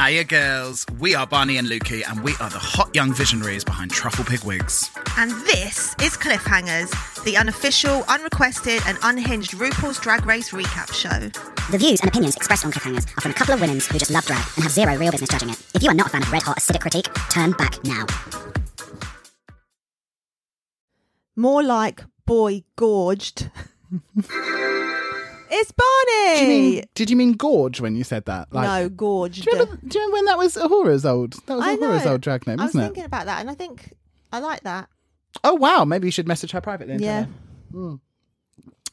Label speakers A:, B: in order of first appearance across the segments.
A: Hiya, girls. We are Barney and Lukey, and we are the hot young visionaries behind Truffle Pig Wigs.
B: And this is Cliffhangers, the unofficial, unrequested, and unhinged RuPaul's Drag Race recap show.
C: The views and opinions expressed on Cliffhangers are from a couple of women who just love drag and have zero real business judging it. If you are not a fan of red hot acidic critique, turn back now.
D: More like boy gorged. it's Barney.
E: Do you mean, did you mean gorge when you said that?
D: no, gorged.
E: Do you, remember, do you remember when that was Ahura's old? That was
D: I
E: Ahura's
D: know.
E: old drag name,
D: I was
E: wasn't it?
D: thinking about that, and I think I like that.
E: Oh wow, maybe you should message her privately. and tell
D: Yeah.
E: her. Mm.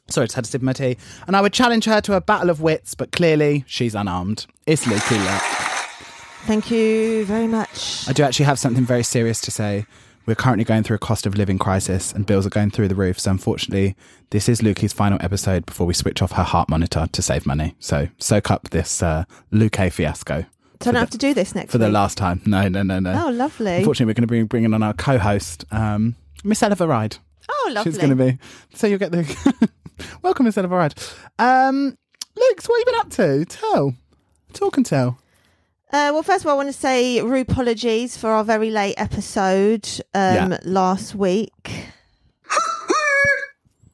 E: Sorry, just had a sip of my tea, and I would challenge her to a battle of wits, but clearly she's unarmed. It's Lucy. Luck.
D: Thank you very much.
E: I do actually have something very serious to say. We're currently going through a cost of living crisis, and bills are going through the roof. So unfortunately, this is Lukey's final episode before we switch off her heart monitor to save money. So soak up this uh, Luke fiasco
D: so I don't have to do this next
E: for the
D: week.
E: last time. No, no, no, no.
D: Oh, lovely.
E: Unfortunately, we're going to be bringing on our co-host, um, Miss Eleva Ride.
D: Oh, lovely.
E: She's going to be. So you'll get the welcome instead of a ride. Um, Luke, so what have you been up to? Tell, talk and tell.
D: Uh, well, first of all, I want to say apologies for our very late episode um,
E: Yeah.
D: last week.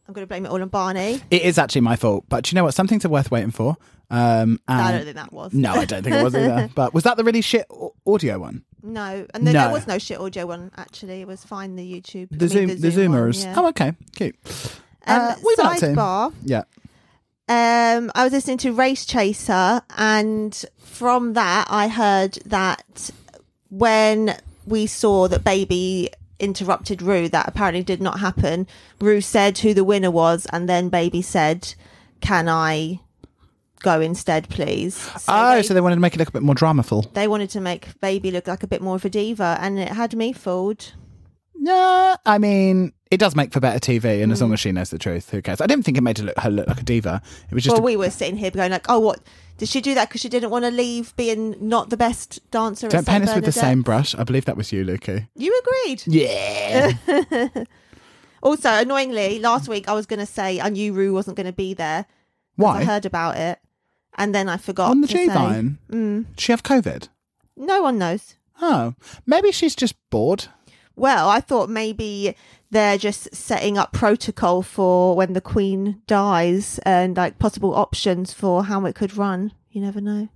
D: I'm going to blame it all on Barney.
E: It is actually my fault, but do you know what? Some things are worth waiting for. Um,
D: No, I
E: and-
D: don't think that was.
E: no, I don't think it was either. But was that the really shit au- audio one?
D: No, and then there
E: No.
D: was no shit audio one actually. It was fine. The YouTube, I
E: The
D: mean,
E: zoom, the,
D: Zoom one,
E: zoomers.
D: yeah.
E: Oh, okay, cute. uh,
D: um,
E: what have you been up
D: sidebar.
E: Yeah,
D: Um, I was listening to Race Chaser, and from that, I heard that when we saw that Baby interrupted Rue, that apparently did not happen. Rue said who the winner was, and then Baby said, "Can I go instead, please?" So
E: oh,
D: they,
E: so they wanted to make it look a bit more dramaful.
D: they wanted to make Baby look like a bit more of a diva, and it had me fooled.
E: No, I mean it does make for better TV, and as
D: Hmm.
E: long as she knows the truth, who cares? I didn't think it made her look, her look like a diva. It was just
D: well,
E: a-
D: we were sitting here going like, "Oh, what did she do that because she didn't want to leave being not the best dancer?" at
E: don't
D: San
E: paint us with the
D: Bernadette?"
E: same brush. I believe that was you, Lukey.
D: You agreed.
E: Yeah,
D: Also, annoyingly, last week I was going to say I knew Rue wasn't going to be there. 'cause I
E: why
D: heard about it, and then I forgot
E: on the
D: to
E: G
D: say.
E: vine?
D: Mm.
E: Did she have COVID?
D: No one knows.
E: Oh, maybe she's just bored.
D: Well, I thought maybe they're just setting up protocol for when the Queen dies and like possible options for how it could run. You never know.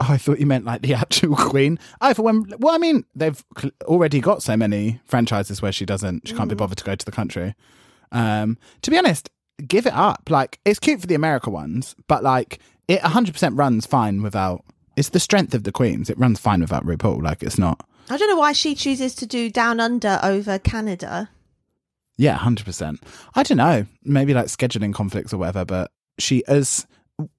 E: Oh, I thought you meant like the actual queen. Oh, for when? Well, I mean, they've cl- already got so many franchises where she doesn't, she can't be bothered to go to the country. Um, to be honest, give it up. Like, it's cute for the America ones, but like, it 100% runs fine without. It's the strength of the queens. It runs fine without RuPaul. Like, it's not.
D: I don't know why she chooses to do Down Under over Canada.
E: Yeah, 100%. I don't know. Maybe like scheduling conflicts or whatever, but she is.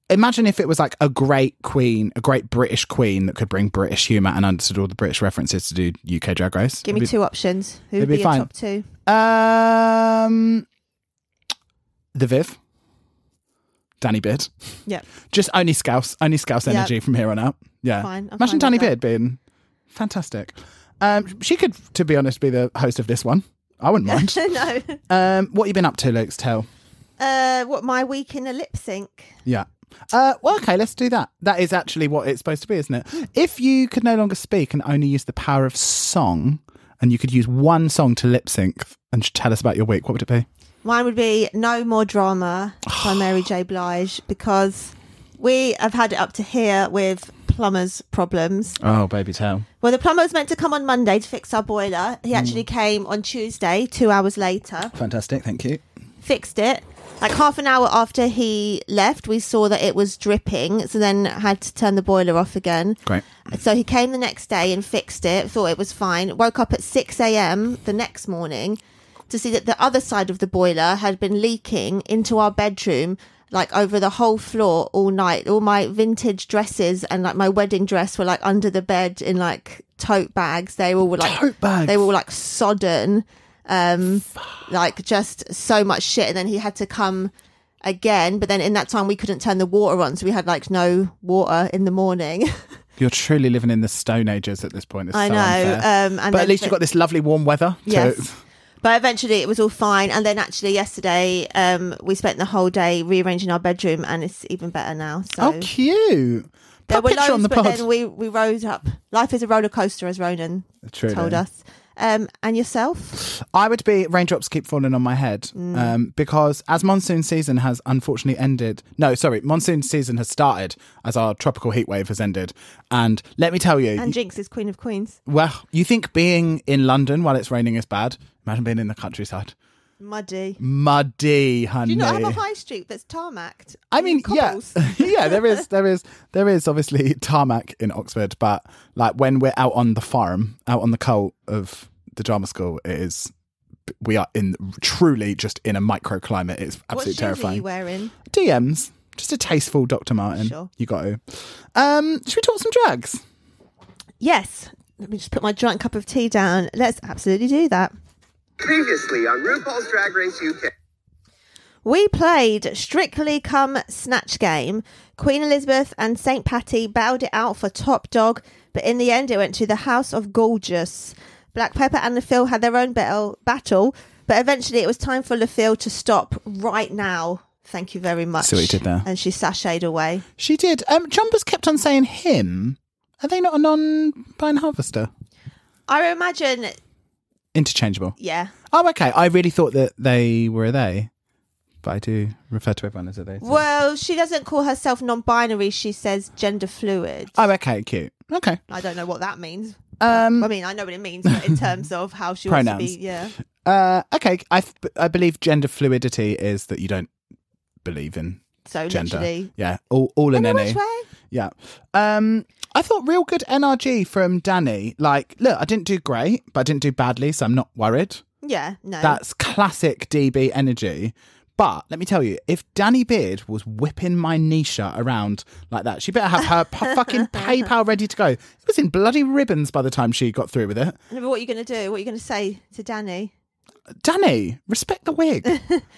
E: Imagine if it was like a great queen, a great British queen that could bring British humour and understood all the British references to do UK Drag Race.
D: Give me
E: It'd be-
D: two options. Who
E: it'd
D: would
E: be
D: be, your
E: fine.
D: top two?
E: Um, the Viv, Danny Beard.
D: Yeah.
E: Just only Scouse, only Scouse
D: Yeah.
E: energy from here on out. Yeah.
D: Fine, I'm
E: Imagine
D: fine
E: Danny
D: with
E: Beard being fantastic. Um, she could, to be honest, be the host of this one. I wouldn't mind.
D: no.
E: um, what you been up to, Luke's tell?
D: Uh, what my week in a lip sync?
E: Yeah. Uh, well, okay, let's do that. That is actually what it's supposed to be, isn't it? If you could no longer speak and only use the power of song, and you could use one song to lip sync and tell us about your week, what would it be?
D: Mine would be No More Drama by Mary J. Blige because we have had it up to here with plumbers' problems.
E: Oh, baby, tell.
D: Well, the plumber was meant to come on Monday to fix our boiler. He actually came on Tuesday, two hours later,
E: Fantastic, thank you.
D: fixed it. Like half an hour after he left, we saw that it was dripping, so then had to turn the boiler off again.
E: Great.
D: So he came the next day and fixed it, thought it was fine. Woke up at 6 a.m. the next morning to see that the other side of the boiler had been leaking into our bedroom, like over the whole floor all night. All my vintage dresses and like my wedding dress were like under the bed in like tote bags. They all were like,
E: Tote bags?
D: they were all like sodden, um, like just so much shit. And then he had to come again, but then in that time we couldn't turn the water on. So we had like no water in the morning.
E: You're truly living in the Stone Ages at this point. It's
D: I
E: so
D: know,
E: unfair.
D: um,
E: but
D: and then
E: at least
D: the-
E: you've got this lovely warm weather. to-
D: Yes. But eventually it was all fine. And then actually yesterday, um, we spent the whole day rearranging our bedroom and it's even better now. So
E: Oh, cute.
D: There were
E: picture
D: lows,
E: on the
D: but
E: pod.
D: then we we rose up. Life is a roller coaster, as Ronan
E: Truly.
D: told us. Um, and yourself?
E: I would be raindrops keep falling on my head
D: Mm.
E: um, because as monsoon season has unfortunately ended, no, sorry, monsoon season has started as our tropical heat wave has ended. And let me tell you,
D: And Jinx is Queen of Queens.
E: well, you think being in London while it's raining is bad? Imagine being in the countryside,
D: Muddy.
E: muddy, honey.
D: Do you not have a high street that's tarmacked?
E: I mean, yeah,
D: Cobbles.
E: yeah. There is, there is, there is obviously tarmac in Oxford, but like when we're out on the farm, out on the colt of the drama school, it is. We are in truly just in a microclimate. It's
D: What
E: absolutely
D: shoes are
E: terrifying.
D: you wearing?
E: DMs, just a tasteful Dr. Martin.
D: Sure.
E: You got to. Um, should we talk some drags?
D: Yes. Let me just put my giant cup of tea down. Let's absolutely do that.
F: Previously on RuPaul's Drag Race UK.
D: We played Strictly Come Snatch Game. Queen Elizabeth and St. Patty battled it out for top dog, but in the end it went to the House of Gorgeous. Black Pepper and LaFille had their own battle, battle, but eventually it was time for LaFille to stop right now. Thank you very much.
E: See what you did there.
D: And she sashayed away.
E: She did. Um, Jumpers kept on saying him. Are they not a non-pine harvester?
D: I imagine,
E: Interchangeable.
D: yeah.
E: Oh, okay. I really thought that they were a they, but I do refer to everyone as a they. so-
D: Well, she doesn't call herself non binary, she says gender fluid.
E: Oh, okay. Cute. Okay.
D: I don't know what that means.
E: Um,
D: I mean, I know what it means, but in terms of how she wants to be,
E: Pronouns.
D: yeah.
E: uh, okay. I, f- I believe gender fluidity is that you don't believe in
D: So
E: gender.
D: literally.
E: Yeah. All, all in
D: No,
E: any.
D: which way?
E: Yeah. Um, I thought real good NRG from Danny. Like, look, I didn't do great, but I didn't do badly, so I'm not worried.
D: Yeah, no.
E: That's classic DB energy. But let me tell you, if Danny Beard was whipping my Nisha around like that, she better have her p- fucking PayPal ready to go. It was in bloody ribbons by the time she got through with it.
D: I don't know what you're going to do. What are you going to say to Danny?
E: Danny, respect the wig.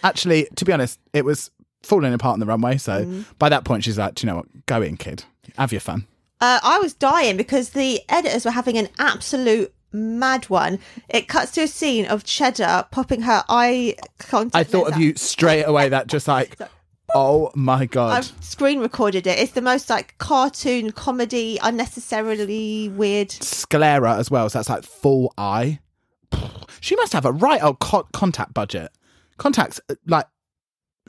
E: Actually, to be honest, it was falling apart on the runway. So
D: Mm.
E: by that point, she's like, do you know what? Go in, kid. Have your fun.
D: Uh, I was dying because the editors were having an absolute mad one. It cuts to a scene of Cheddar popping her eye contact.
E: I thought
D: lens
E: of
D: out.
E: you straight away. That just like, oh my god,
D: I've screen recorded it. It's the most like cartoon comedy, unnecessarily weird.
E: sclera as well. So that's like full eye. She must have a right old co- contact budget. Contacts uh, like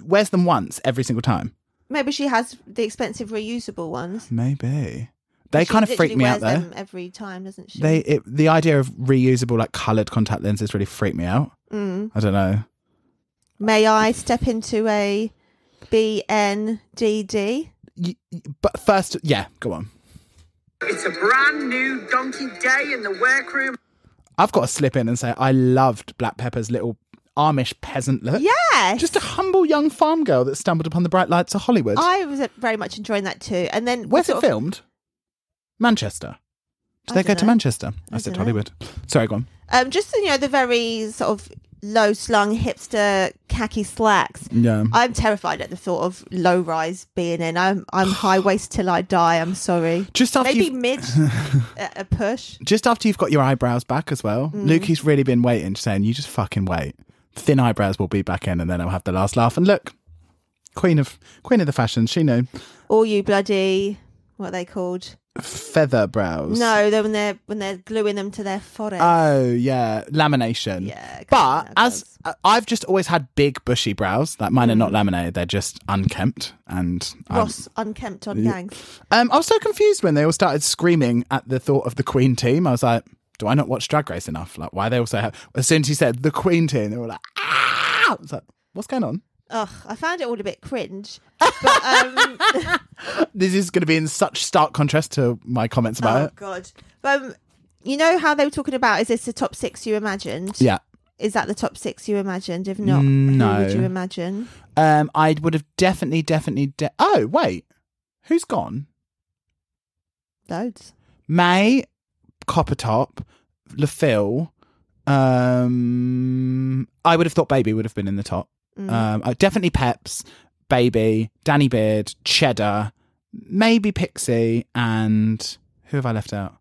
E: wears them once every single time.
D: Maybe she has the expensive reusable ones.
E: Maybe they kind of
D: She
E: freak
D: literally
E: me out
D: wears
E: though.
D: them every time, doesn't she?
E: They it, the idea of reusable like coloured contact lenses really freaked me out.
D: Mm.
E: I don't know.
D: May I step into a BNDD?
E: Y- y- But first, yeah, go on.
F: It's a brand new donkey day in the workroom.
E: I've got to slip in and say I loved Black Pepper's little Amish peasant look.
D: Yeah.
E: Just a humble young farm girl that stumbled upon the bright lights of Hollywood.
D: I was uh, very much enjoying that too. And then
E: Where's
D: sort
E: it
D: of-
E: filmed? Manchester. Do
D: I
E: they go
D: dunno.
E: to Manchester? I,
D: I
E: said
D: dunno.
E: Hollywood. Sorry, go on.
D: Um, just you know the very sort of low slung hipster khaki slacks.
E: Yeah.
D: I'm terrified at the thought of low rise being in. I'm I'm high waist till I die. I'm sorry.
E: Just after
D: Maybe
E: you've-
D: mid a, a push.
E: Just after you've got your eyebrows back as well,
D: Mm.
E: Lukey's really been waiting, saying, you just fucking wait. Thin eyebrows will be back in and then I'll have the last laugh. And look, queen of queen of the fashion, she knew.
D: All you bloody what are they called?
E: Feather brows.
D: No, they're when they're when they're gluing them to their forehead.
E: Oh, yeah. Lamination.
D: Yeah,
E: But
D: kind of
E: as I- I've just always had big bushy brows, like mine are not laminated, they're just unkempt and I'm-
D: Mm. Ross unkempt on gangs.
E: Um, I was so confused when they all started screaming at the thought of the Queen team. I was like, do I not watch Drag Race enough? Like, why are they all so happy? As soon as he said the Queen team, they were like, ah! I was like, what's going on?
D: Ugh, I found it all a bit cringe. But um
E: This is going to be in such stark contrast to my comments about
D: Oh
E: it.
D: God! Um, you know how they were talking about? Is this the top six you imagined?
E: Yeah. Mm,
D: Is that the top six you imagined? If not,
E: No.
D: who would you imagine?
E: Um, I would have definitely, definitely. De- oh, wait. Who's gone?
D: Loads.
E: May, Coppertop, LaFille. Um, I would have thought Baby would have been in the top. Um, uh, definitely Peps, Baby, Danny Beard, Cheddar, maybe Pixie, and who have I left out?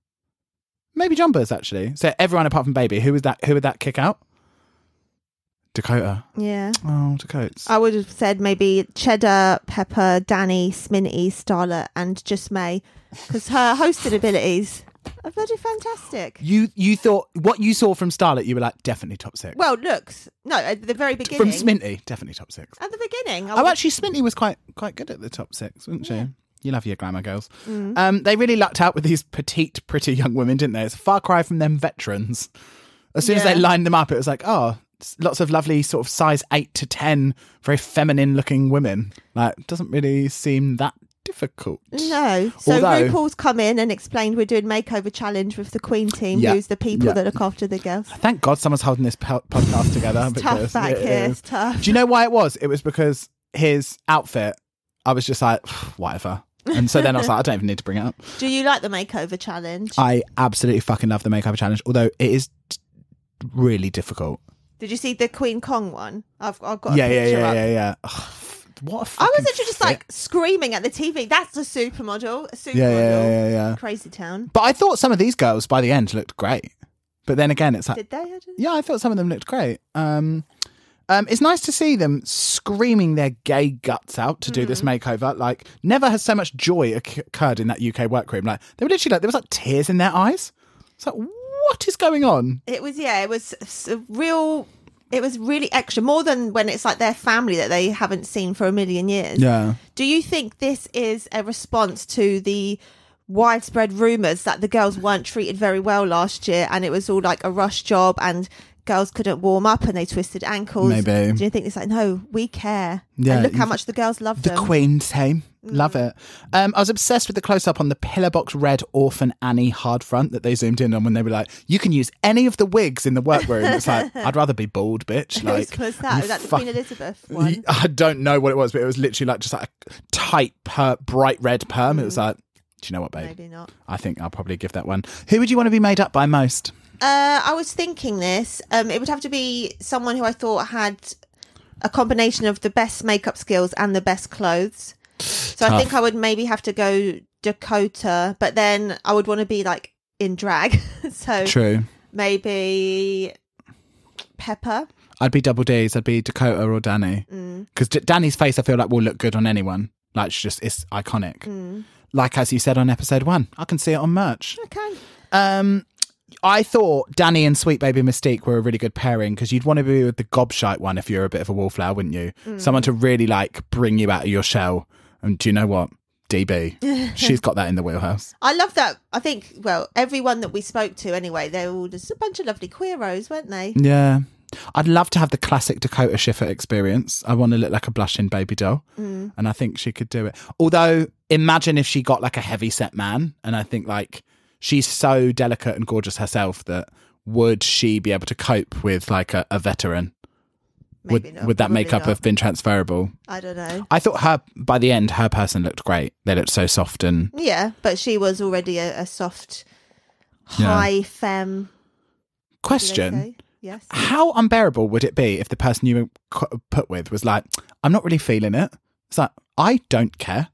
E: Maybe Jumpers actually. So everyone apart from Baby. Who was that? Who would that kick out? Dakota.
D: Yeah.
E: Oh, Dakota's.
D: I would have said maybe Cheddar, Pepper, Danny, Sminty, Starlet, and just May, because her hosting abilities are bloody fantastic.
E: you you thought what you saw from Starlet, you were like definitely top six.
D: Well, looks no at the very beginning.
E: from Sminty, definitely top six.
D: At the beginning, I
E: Oh,
D: would-
E: actually, Sminty was quite quite good at the top six, wasn't she? You love your glamour girls.
D: Mm.
E: Um, they really lucked out with these petite, pretty young women, didn't they? It's a far cry from them veterans. As soon as they
D: Yeah.
E: lined them up, it was like, oh, s- lots of lovely sort of size eight to ten, very feminine-looking women. Like, doesn't really seem that difficult.
D: no. So
E: Although-
D: RuPaul's come in and explained we're doing makeover challenge with the Queen team,
E: Yeah.
D: who's the people
E: Yeah.
D: that look after the girls.
E: Thank God someone's holding this po- podcast together.
D: tough
E: because
D: back
E: it
D: here,
E: is.
D: it's tough.
E: Do you know why it was? It was because his outfit. I was just like, whatever. And so then I was like, I don't even need to bring it up.
D: Do you like the makeover challenge?
E: I absolutely fucking love the makeover challenge, although it is t- really difficult.
D: Did you see the Queen Kong one? I've, I've got a
E: yeah, yeah,
D: picture
E: yeah,
D: up.
E: yeah, yeah. Ugh, f- what a
D: I
E: fucking
D: was literally just
E: fit.
D: like "Oh screaming at the TV. That's a supermodel. A supermodel.
E: yeah, yeah, yeah, yeah.
D: Crazy town.
E: But I thought some of these girls by the end looked great. But then again, it's like,
D: Did they? I don't-
E: Uh, yeah, I thought some of them looked great. Um, um, it's nice to see them screaming their gay guts out to do this
D: Mm-hmm.
E: makeover. Like, never has so much joy occ- occurred in that UK workroom. Like, they were literally like, there was like tears in their eyes. It's like, what is going on?
D: It was yeah. It was s- a real. It was really extra, more than when it's like their family that they haven't seen for a million years.
E: Yeah.
D: Do you think this is a response to the widespread rumours that the girls weren't treated very well last year and it was all like a rush job and girls couldn't warm up and they twisted ankles?
E: Maybe.
D: Do you think it's like, no, we care.
E: Yeah,
D: And look how
E: you've-
D: much the girls love
E: The
D: them. Mm.
E: Queen's home. Love it. Um, I was obsessed with the close up on the pillar box red orphan Annie hard front that they zoomed in on when they were like, you can use any of the wigs in the workroom. It's like, I'd rather be bald, bitch. Like,
D: Whose was that?
E: you
D: Was that the
E: fuck-
D: Queen Elizabeth one?
E: I don't know what it was, but it was literally like just like a tight, per- bright red perm. It was
D: Mm.
E: like, do you know what, babe?
D: Maybe not.
E: I think I'll probably give that one. Who would you want to be made up by most?
D: Uh, I was thinking this. Um, it would have to be someone who I thought had a combination of the best makeup skills and the best clothes. So I
E: Tough.
D: think I would maybe have to go Dakota, but then I would want to be like in drag. so
E: True.
D: maybe Pepper.
E: I'd be double D's. I'd be Dakota or Danny. Because D- Danny's face, I feel like, will look good on anyone. Like, it's just, it's iconic. Like, as you said on episode one, I can see it on merch.
D: Okay.
E: Um, I thought Danny and Sweet Baby Mystique were a really good pairing because you'd want to be with the gobshite one if you're a bit of a wallflower, wouldn't you? Someone to really like bring you out of your shell. And do you know what? DB, she's got that in the wheelhouse.
D: I love that. I think, well, everyone that we spoke to anyway, they were all just a bunch of lovely queeros, weren't they?
E: Yeah. I'd love to have the classic Dakota Schiffer experience. I want to look like a blushing baby doll.
D: Mm.
E: And I think she could do it. Although, imagine if she got like a heavy set man. And I think like she's so delicate and gorgeous herself that would she be able to cope with like a, a veteran?
D: Maybe
E: would,
D: not.
E: would that
D: Probably
E: makeup
D: not.
E: have been transferable?
D: I don't know.
E: I thought her, by the end, her person looked great. They looked so soft and
D: Yeah, but she was already a, a soft,
E: Yeah.
D: high femme. do they
E: question.
D: say? Yes.
E: how unbearable would it be if the person you were cu- put with was like, I'm not really feeling it? It's like, I don't care.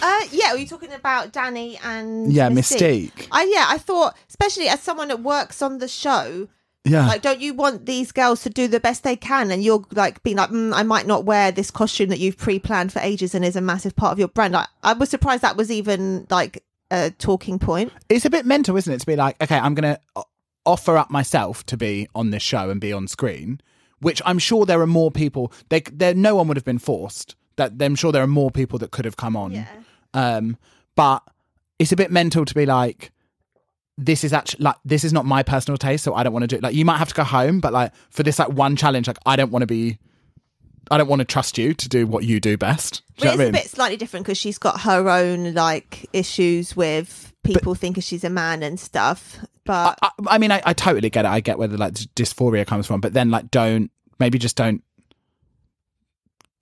D: Uh, yeah, were you talking about Danny and
E: Yeah,
D: Mystique?
E: Mystique.
D: I yeah, I thought, especially as someone that works on the show,
E: Yeah.
D: like, don't you want these girls to do the best they can? And you're like being like, mm, I might not wear this costume that you've pre-planned for ages and is a massive part of your brand. Like, I was surprised that was even like a talking point.
E: it's a bit mental, isn't it? To be like, okay, I'm going to offer up myself to be on this show and be on screen, which I'm sure there are more people, they, there, no one would have been forced. That I'm sure there are more people that could have come on. Um, but it's a bit mental to be like, this is actually like this is not my personal taste, so I don't want to do it. Like you might have to go home, but like for this like one challenge, like I don't want to be, I don't want to trust you to do what you do best. Do you know
D: But it's
E: what I
D: a
E: mean?
D: bit slightly different because she's got her own like issues with people thinking she's a man and stuff. But
E: I, I mean, I, I totally get it. I get where the like dys- dysphoria comes from, but then like, don't maybe just don't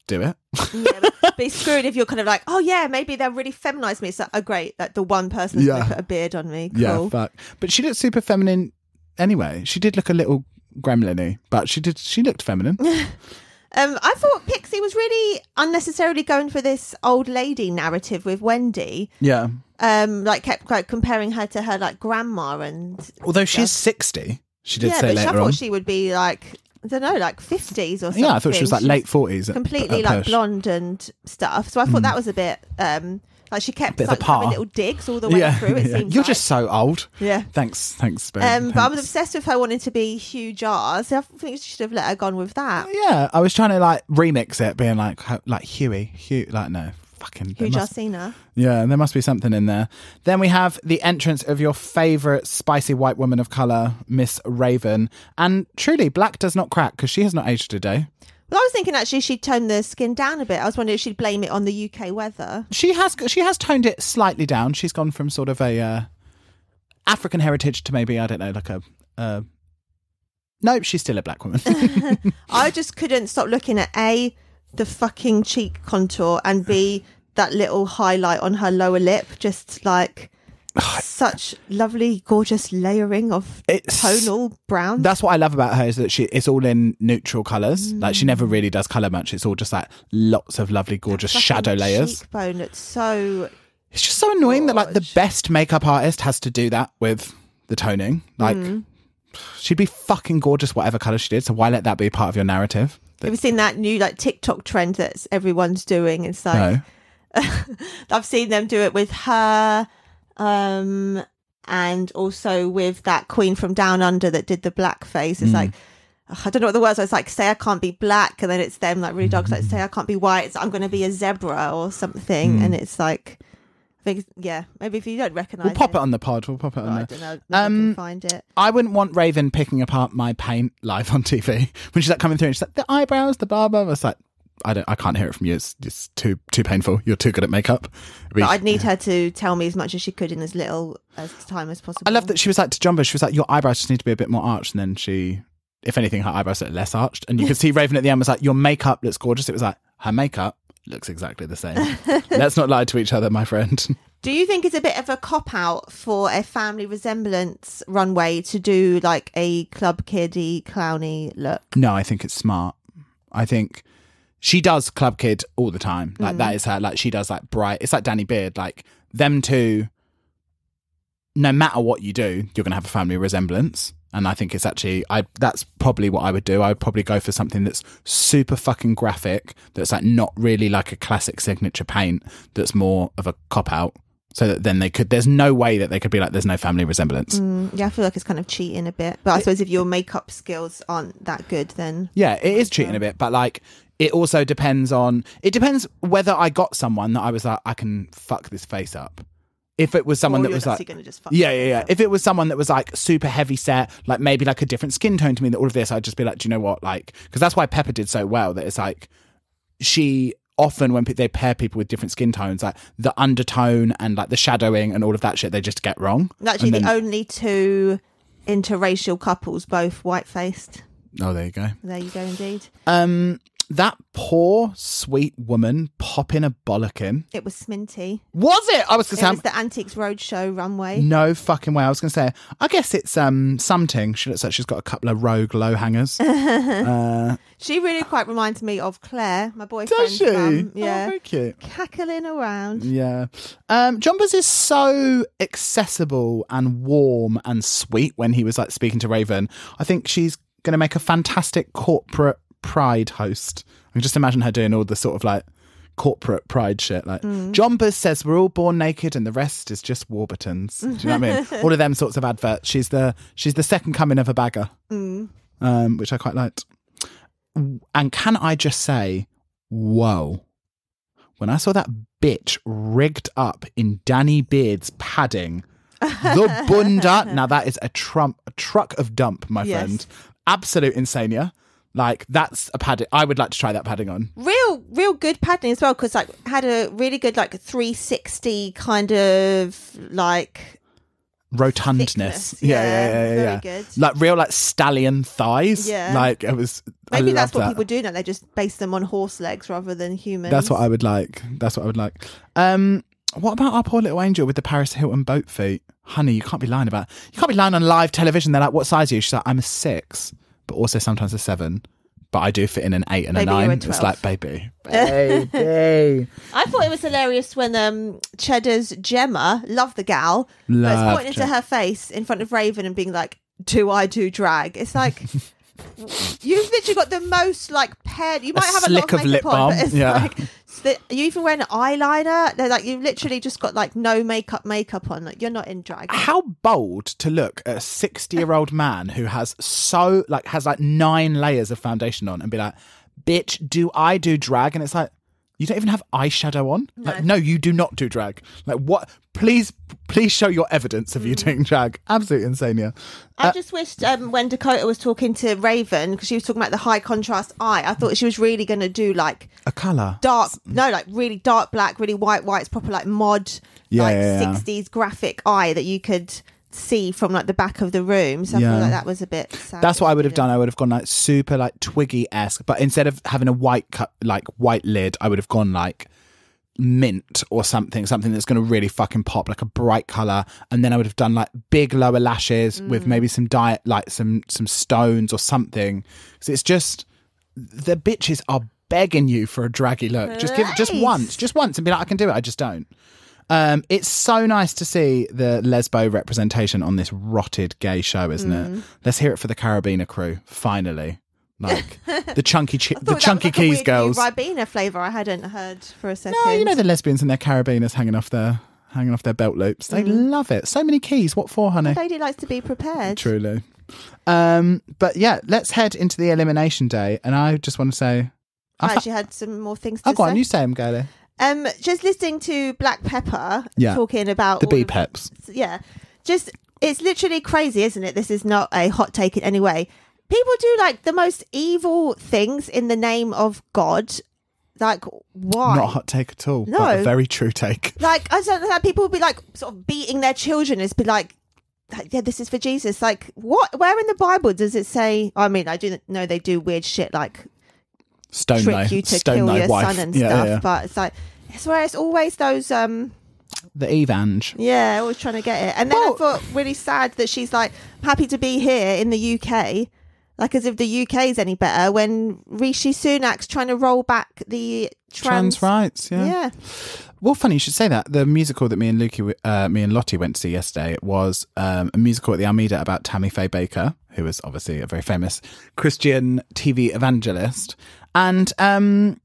E: do it.
D: yeah, but be screwed if you're kind of like, oh yeah, maybe they'll really feminize me. It's like, oh great, like the one person that's
E: Yeah.
D: gonna put a beard on me. Cool.
E: fuck. But she looked super feminine anyway. She did look a little gremlin-y, but she did. She looked feminine.
D: Um, I thought Pixie was really unnecessarily going for this old lady narrative with Wendy.
E: yeah.
D: Um, like kept like comparing her to her like grandma and
E: Although she's sixty, she did say
D: yeah, but she, I
E: later
D: thought
E: on.
D: she would be like I don't know, like 50s or something.
E: Yeah, I thought she was like
D: She's
E: late forties.
D: Completely like blonde and stuff. So I thought that was a bit, um, like she kept
E: Hmm. bit of a
D: like, having
E: par.
D: little digs all the way through, it
E: yeah.
D: seems
E: You're
D: like.
E: just so old.
D: Yeah.
E: Thanks, thanks, Boo.
D: Um, but I was
E: Thanks.
D: obsessed with her wanting to be Hugh Jars. I think she should have let her gone with that.
E: Oh, Yeah, I was trying to like remix it, being like ho- like Huey, Hugh, like no, fucking there
D: Hugh
E: must-
D: Jarsina.
E: Yeah, there must be something in there. Then we have the entrance of your favorite spicy white woman of color, Miss Raven, and truly, black does not crack because she has not aged a day.
D: Well, I was thinking actually she'd tone the skin down a bit. I was wondering if she'd blame it on the UK weather.
E: She has she has toned it slightly down. She's gone from sort of a uh, African heritage to maybe I don't know, like a. Uh, no, she's still a black woman.
D: I just couldn't stop looking at A, the fucking cheek contour, and B, that little highlight on her lower lip. Just like such lovely, gorgeous layering of
E: It's-
D: tonal brown.
E: That's what I love about her is that she it's all in neutral colors. Like she never really does color much. It's all just like lots of lovely, gorgeous
D: Fucking
E: shadow layers.
D: Cheekbone. It's so.
E: It's just so annoying that like the
D: Gorge.
E: best makeup artist has to do that with the toning. Like
D: Mm.
E: she'd be fucking gorgeous whatever color she did. So why let that be part of your narrative?
D: Have you seen that new like TikTok trend that everyone's doing? It's like
E: No.
D: I've seen them do it with her, um, and also with that queen from Down Under that did the blackface. It's
E: Mm.
D: like ugh, I don't know what the words. Are. It's like say I can't be black, and then it's them like really dark. It's like
E: Mm-hmm.
D: say I can't be white. It's, I'm going to be a zebra or
E: Mm.
D: something, and it's like. I think, yeah, maybe if you don't recognize
E: We'll pop it on the pod. We'll pop it on
D: I
E: there.
D: don't know. I can
E: Um,
D: find it.
E: I wouldn't want Raven picking apart my paint live on TV when she's like coming through and she's like the eyebrows, the blah blah. blah." It's like I don't, I can't hear it from you. It's just too too painful. You're too good at makeup. It'd be-
D: But I'd need her to tell me as much as she could in as little as time as possible.
E: I love that she was like to Jumbo. She was like, "Your eyebrows just need to be a bit more arched." And then she, if anything, her eyebrows looked less arched. And you could see Raven at the end was like, "Your makeup looks gorgeous." It was like her makeup looks exactly the same. Let's not lie to each other, my friend.
D: Do you think it's a bit of a cop out for a family resemblance runway to do like a club kiddie clowny look?
E: No, I think it's smart. I think she does Club Kid all the time. Like that is her. Like she does like bright. It's like Danny Beard. Like them two. No matter what you do, you're gonna have a family resemblance. And I think it's actually I. That's probably what I would do. I would probably go for something that's super fucking graphic. That's like not really like a classic signature paint. That's more of a cop out. So that then they could. There's no way that they could be like. There's no family resemblance.
D: Mm, yeah, I feel like it's kind of cheating a bit. But I suppose if your makeup skills aren't that good, then
E: Yeah, it is cheating a bit, but like it also depends on it depends whether I got someone that I was like I can fuck this face up. If it was someone
D: Or
E: that
D: you're
E: was
D: obviously
E: like
D: gonna just fuck
E: yeah,
D: up
E: yeah, yeah.
D: yourself.
E: If it was someone that was like super heavy set, like maybe like a different skin tone to me, that all of this, I'd just be like, do you know what? Like, because that's why Pepper did so well. That it's like she often when pe- they pair people with different skin tones, like the undertone and like the shadowing and all of that shit, they just get wrong.
D: actually
E: And
D: the
E: then-
D: only two interracial couples, both white faced.
E: oh, there you go.
D: There you go, indeed.
E: Um, that poor sweet woman popping a bollocking.
D: It was Sminty.
E: Was it? I was gonna
D: It
E: say
D: was the Antiques Roadshow runway.
E: no fucking way. I was gonna say I guess it's um something. She looks like she's got a couple of rogue low hangers.
D: She really quite reminds me of Claire, my boyfriend.
E: Does she? Oh,
D: yeah.
E: very cute.
D: Cackling around.
E: Yeah. Um Jumpers is so accessible and warm and sweet when he was like speaking to Raven. I think she's gonna make a fantastic corporate pride host. I can just imagine her doing all the sort of like corporate pride shit like Jumpers says we're all born naked and the rest is just Warburtons. Do you know what I mean? All of them sorts of adverts. She's the she's the second coming of a bagger. Um, which I quite liked. And can I just say, whoa when I saw that bitch rigged up in Danny Beard's padding, the bunda. Now that is a trump, a truck of dump, my
D: Yes.
E: friend. Absolute insania. Like that's a padding. I would like to try that padding on.
D: real real good padding as well because like had a really good like 360 kind of like
E: Rotundness.
D: Thickness,
E: Yeah,
D: yeah,
E: yeah, yeah, yeah.
D: very
E: yeah.
D: good.
E: Like real, like stallion thighs.
D: Yeah.
E: Like it was. I
D: maybe
E: loved
D: that's what
E: that.
D: people do now they just base them on horse legs rather than humans
E: That's what I would like. That's what I would like. Um, what about our poor little angel with the Paris Hilton boat feet? Honey, you can't be lying about. You can't be lying on live television. They're like, "What size are you?" She's like, "I'm a six, but also sometimes a seven, but I do fit in an eight and
D: Baby,
E: a
D: you're
E: nine.
D: a
E: it's
D: 12.
E: like, baby, baby.
D: I thought it was hilarious when um cheddar's gemma love the gal but
E: Love
D: it's pointing
E: Gemma.
D: to her face in front of raven and being like do i do drag it's like You've literally got the most like paired. You might have a lot
E: slick of
D: makeup
E: lip
D: on,
E: balm,
D: but it's
E: yeah.
D: like sli- you even wearing eyeliner. They're like you've literally just got like no makeup, makeup on. Like you're not in drag.
E: How bold to look at a 60 year old man who has so, like, has like nine layers of foundation on and be like, bitch, do I do drag? And it's like, you don't even have eyeshadow on. Like, no, you do not do drag. Like, what? Please, please show your evidence of you doing drag. Absolutely insane, yeah.
D: I just wished um, when Dakota was talking to Raven because she was talking about the high contrast eye. I thought she was really going to do like
E: A colour.
D: dark, no, like really dark black, really white, white. It's proper like mod,
E: Yeah,
D: like
E: yeah, yeah.
D: sixties graphic eye that you could see from like the back of the room. So I
E: Yeah.
D: feel like that was a bit. Sad
E: That's
D: that
E: what I
D: she
E: would have
D: didn't.
E: done. I would have gone like super like Twiggy esque, but instead of having a white cut, like white lid, I would have gone like mint or something, something that's going to really fucking pop, like a bright color. And then I would have done like big lower lashes with maybe some diet, like some some stones or something. Because it's just the bitches are begging you for a draggy look. Just give it just
D: Nice.
E: once, just once, and be like, I can do it. I just don't. Um, it's so nice to see the lesbo representation on this rotted gay show, isn't
D: Mm.
E: it? Let's hear it for the Carabiner crew, finally. Like the chunky, chi-
D: Thought
E: the
D: that
E: chunky
D: was like a
E: keys
D: weird new
E: girls.
D: Ribena flavour I hadn't heard for a second.
E: No, you know the lesbians and their carabiners hanging off their hanging off their belt loops. They
D: Mm.
E: love it. So many keys. What for, honey?
D: lady likes to be prepared.
E: Truly. Um, but yeah, let's head into the elimination day. And I just want to say,
D: I actually had some more things to
E: oh, go on,
D: say.
E: you say them, girlie.
D: Um, just listening to Black Pepper
E: Yeah.
D: talking about
E: The
D: all
E: bee
D: of-
E: peps.
D: yeah, just it's literally crazy, isn't it? This is not a hot take in any way. People do like the most evil things in the name of God. Like why?
E: Not a hot take at all, but a
D: No.
E: very true take.
D: like I don't know. People will be like sort of beating their children. It's be like, like, yeah, this is for Jesus. Like what? Where in the Bible does it say? I mean, I do know they do weird shit like
E: Stone
D: trick
E: though.
D: you to
E: Stone
D: kill
E: though
D: your
E: wife.
D: son and
E: Yeah,
D: stuff.
E: yeah, yeah.
D: But it's like it's where it's always those um
E: The Evang.
D: yeah, always trying to get it. And then
E: Well-
D: I thought really sad that she's like happy to be here in the UK. Like as if the UK's any better when Rishi Sunak's trying to roll back the trans,
E: Trans rights, yeah.
D: Yeah.
E: Well, funny you should say that. The musical that me and Lukey, uh, me and Lottie went to see yesterday was um, a musical at the Almeida about Tammy Faye Baker, who was obviously a very famous Christian TV evangelist and um,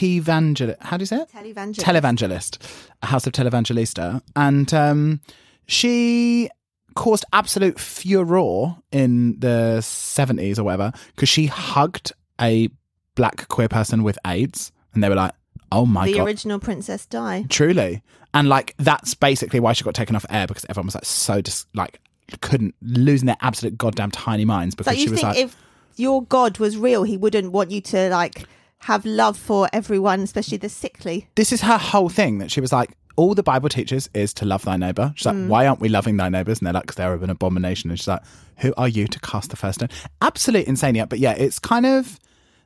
E: evangelist. How do you say it?
D: Televangelist.
E: televangelist, House of Televangelista, and um, she caused absolute furore in the seventies or whatever because she hugged a black queer person with AIDS, and they were like, "Oh my
D: the
E: god."
D: original Princess Di.
E: Truly, and like that's basically why she got taken off air because everyone was like so just like couldn't losing their absolute goddamn tiny minds because
D: Like
E: she
D: you
E: was
D: think
E: like
D: if your God was real, he wouldn't want you to like have love for everyone, especially the sickly.
E: this is her whole thing that she was like all the bible teaches is to love thy neighbor she's like why aren't we loving thy neighbors and they're like 'Cause they're an abomination and she's like who are you to cast the first stone absolute insane yeah but yeah it's kind of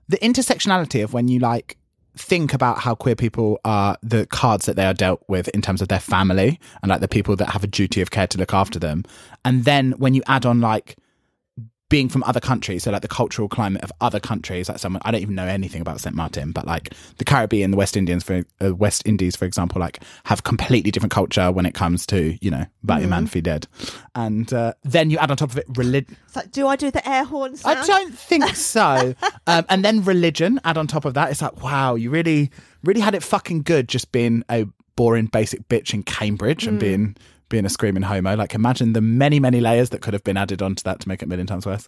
E: the intersectionality of when you like think about how queer people are the cards that they are dealt with in terms of their family and like the people that have a duty of care to look after them and then when you add on like being from other countries, so like the cultural climate of other countries, like someone I don't even know anything about Saint Martin, but like the Caribbean, the West Indians, for uh, West Indies, for example, like have completely different culture when it comes to you know about your man for dead, and uh, then you add on top of it religion.
D: It's like, do I do the air horns?
E: I don't think so. um, and then religion, add on top of that, it's like, wow, you really, really had it fucking good just being a boring basic bitch in Cambridge
D: Mm.
E: and being being a screaming homo. Like, imagine the many, many layers that could have been added onto that to make it a million times worse.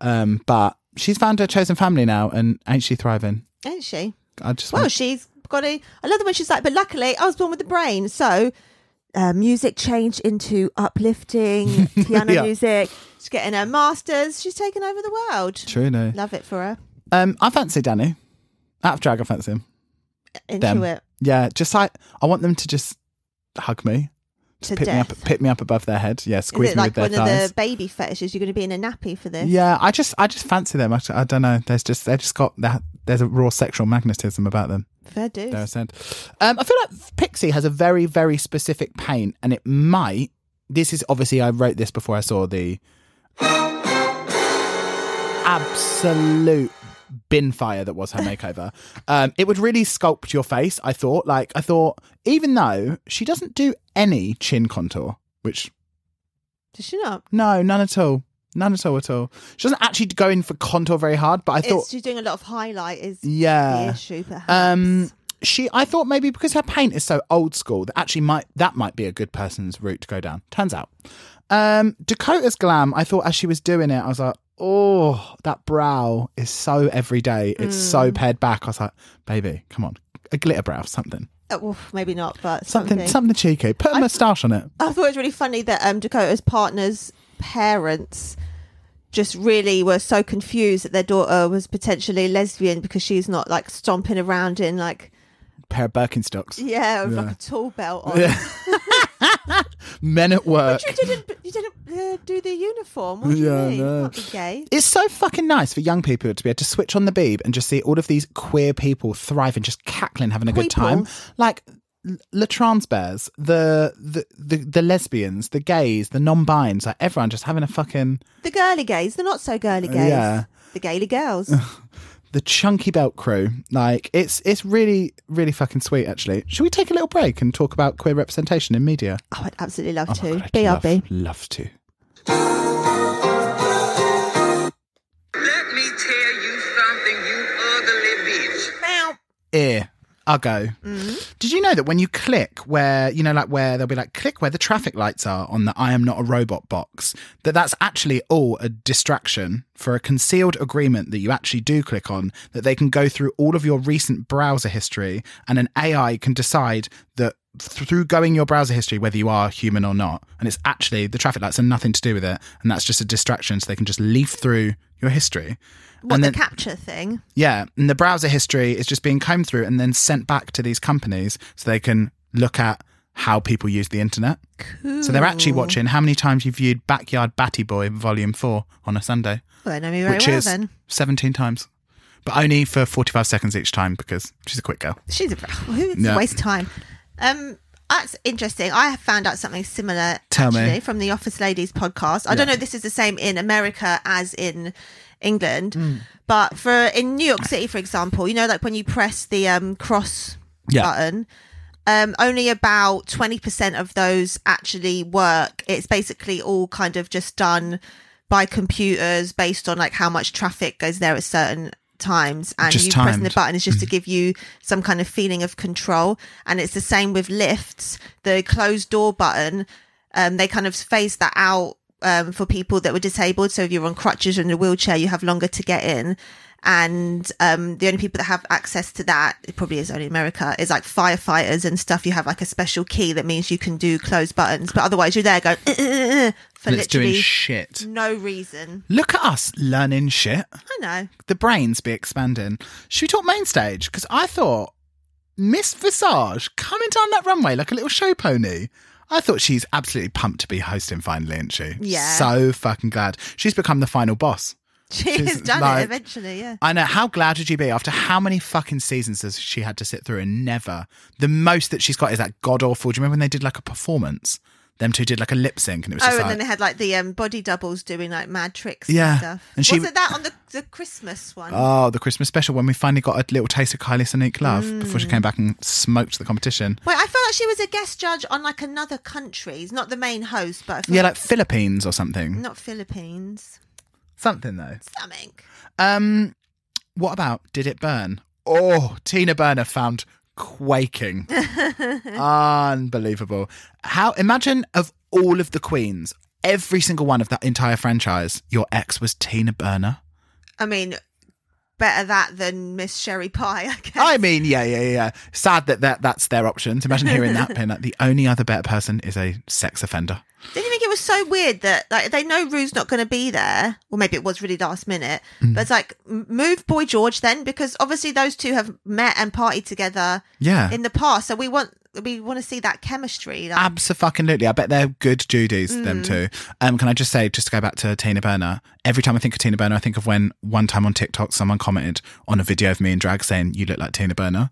E: Um, but she's found her chosen family now, and ain't she thriving?
D: Ain't she?
E: I just
D: Well,
E: want-
D: she's got a. I love the way she's like, but luckily I was born with a brain. So uh, music changed into uplifting piano
E: Yeah.
D: music. She's getting her master's. She's taken over the world.
E: True, no.
D: Love it for her.
E: Um, I fancy Danny. Out of drag, I fancy him.
D: Into
E: Them.
D: it.
E: Yeah, just like I want them to just hug me,
D: To
E: pick me up,
D: death.
E: pick me up above their head. Yeah,
D: Is
E: squeeze
D: it
E: me
D: like
E: with
D: one
E: their thighs.
D: of the baby fetishes? You're going to be in a nappy for this?
E: Yeah, I just I just fancy them. I, I don't know. There's just they just got that. There's a raw sexual magnetism about them.
D: Fair dues.
E: Dare I said. Um, I feel like Pixie has a very very specific pain, and it might. This is obviously I wrote this before I saw the absolute bin fire that was her makeover. um, it would really sculpt your face. I thought. Like I thought, even though she doesn't do any chin contour, which
D: Does she not?
E: no, none at all. None at all at all. She doesn't actually go in for contour very hard, but I
D: It's,
E: thought
D: she's doing a lot of highlight. Is
E: Yeah.
D: the issue perhaps?
E: um she I thought maybe because her paint is so old school that actually might that might be a good person's route to go down. Turns out. Um Dakota's glam, I thought as she was doing it, I was like, Oh, that brow is so everyday. It's
D: Mm.
E: so pared back. I was like, baby, come on. A glitter brow, something.
D: Uh, oof, maybe not, but
E: Something
D: something.
E: something cheeky. Put a moustache on it.
D: I thought it was really funny that um, Dakota's partner's parents just really were so confused that their daughter was potentially lesbian because she's not like stomping around in like
E: Pair of Birkenstocks.
D: yeah, with, like a tool belt on.
E: Men at work.
D: You didn't, you didn't uh, do the uniform. What do you
E: Yeah,
D: mean?
E: no.
D: You can't be gay.
E: It's so fucking nice for young people to be able to switch on the beeb and just see all of these queer people thriving, just cackling, having a good time. Like l- the trans bears, the the, the the lesbians, the gays, the non-binds, like everyone just having a fucking
D: The girly gays, the not so girly gays.
E: Uh, yeah.
D: The gaily girls. Oh,
E: the chunky belt crew. Like it's it's really really fucking sweet. Actually, should we take a little break and talk about queer representation in media?
D: I would absolutely love
E: Oh my
D: to.
E: God, I'd
D: BRB.
E: love, love to.
F: Let me tell you something, you ugly bitch.
E: ear. I'll go.
D: Mm-hmm.
E: Did you know that when you click where, you know, like where there'll be like click where the traffic lights are on the I am not a robot box, that that's actually all a distraction for a concealed agreement that you actually do click on, that they can go through all of your recent browser history and an AI can decide that through going your browser history whether you are human or not. And it's actually the traffic lights are nothing to do with it. And that's just a distraction. So they can just leaf through your history.
D: What
E: and
D: the
E: then-
D: capture thing?
E: yeah, and the browser history is just being combed through and then sent back to these companies so they can look at how people use the internet. So they're actually watching how many times you viewed Backyard Batty Boy Volume 4 on a Sunday,
D: Well, they know me very
E: which
D: well
E: is
D: then.
E: 17 times, but only for 45 seconds each time because she's a quick girl.
D: She's a who it's
E: Yeah.
D: a waste of time. Um, that's interesting. I have found out something similar
E: Tell me.
D: actually from the Office Ladies podcast. I don't know if this is the same in America as in England,
E: Hmm.
D: but for in New York City, for example, you know, like when you press the um, cross
E: Yeah.
D: button. Um, only about 20% of those actually work. It's basically all kind of just done by computers based on like how much traffic goes there at certain times. And
E: Just
D: you pressing the
E: timed.
D: button button is just
E: Mm.
D: to give you some kind of feeling of control. And it's the same with lifts. The closed door button, um, they kind of phased that out um, for people that were disabled. So if you're on crutches or in a wheelchair, you have longer to get in. And um, the only people that have access to that, it probably is only America, is like firefighters and stuff. You have like a special key that means you can do closed buttons, but otherwise you're there going "Uh, for
E: And it's doing
D: literally
E: shit.
D: no reason.
E: Look at us learning shit.
D: I know.
E: the brains be expanding. Should we talk main stage? Because I thought Miss Visage coming down that runway like a little show pony. I thought she's absolutely pumped to be hosting finally, isn't she?
D: Yeah.
E: So fucking glad. She's become the final boss.
D: She
E: She's
D: has done
E: like-
D: it eventually, yeah.
E: I know. How glad would you be after how many fucking seasons has she had to sit through and never? The most that she's got is that god awful. Do you remember when they did like a performance? Them two did like a lip sync and it was
D: Oh,
E: just
D: and
E: like,
D: then they had like the um, body doubles doing like mad tricks
E: Yeah,
D: and stuff.
E: and she-
D: Wasn't that on the, the Christmas one?
E: oh, the Christmas special when we finally got a little taste of Kylie Sonique Love before
D: Hmm.
E: she came back and smoked the competition.
D: Wait, I felt like she was a guest judge on like another country. It's not the main host, but I feel
E: Yeah, like Philippines or something.
D: not Philippines.
E: Something though.
D: Something.
E: Um, what about Did It Burn? Oh, Tina Burner found quaking. Unbelievable. How imagine of all of the queens, every single one of that entire franchise, your ex was Tina Burner.
D: I mean, better that than Miss Sherry Pie, I guess.
E: I mean, yeah, yeah, yeah. Sad that, that that's their options. Imagine hearing that pin. Like the only other better person is a sex offender.
D: Didn't you think it was so weird that like they know Rue's not going to be there? Well, maybe it was really last minute,
E: Mm.
D: but it's like m- move Boy George then because obviously those two have met and partied together
E: Yeah.
D: in the past, so we want we want to see that chemistry. Like,
E: Absolutely. I bet they're good Judies, them
D: Mm.
E: two. Um, can I just say, just to go back to Tina Burner, every time I think of Tina Burner, I think of when one time on TikTok someone commented on a video of me in drag saying, You look like Tina Burner.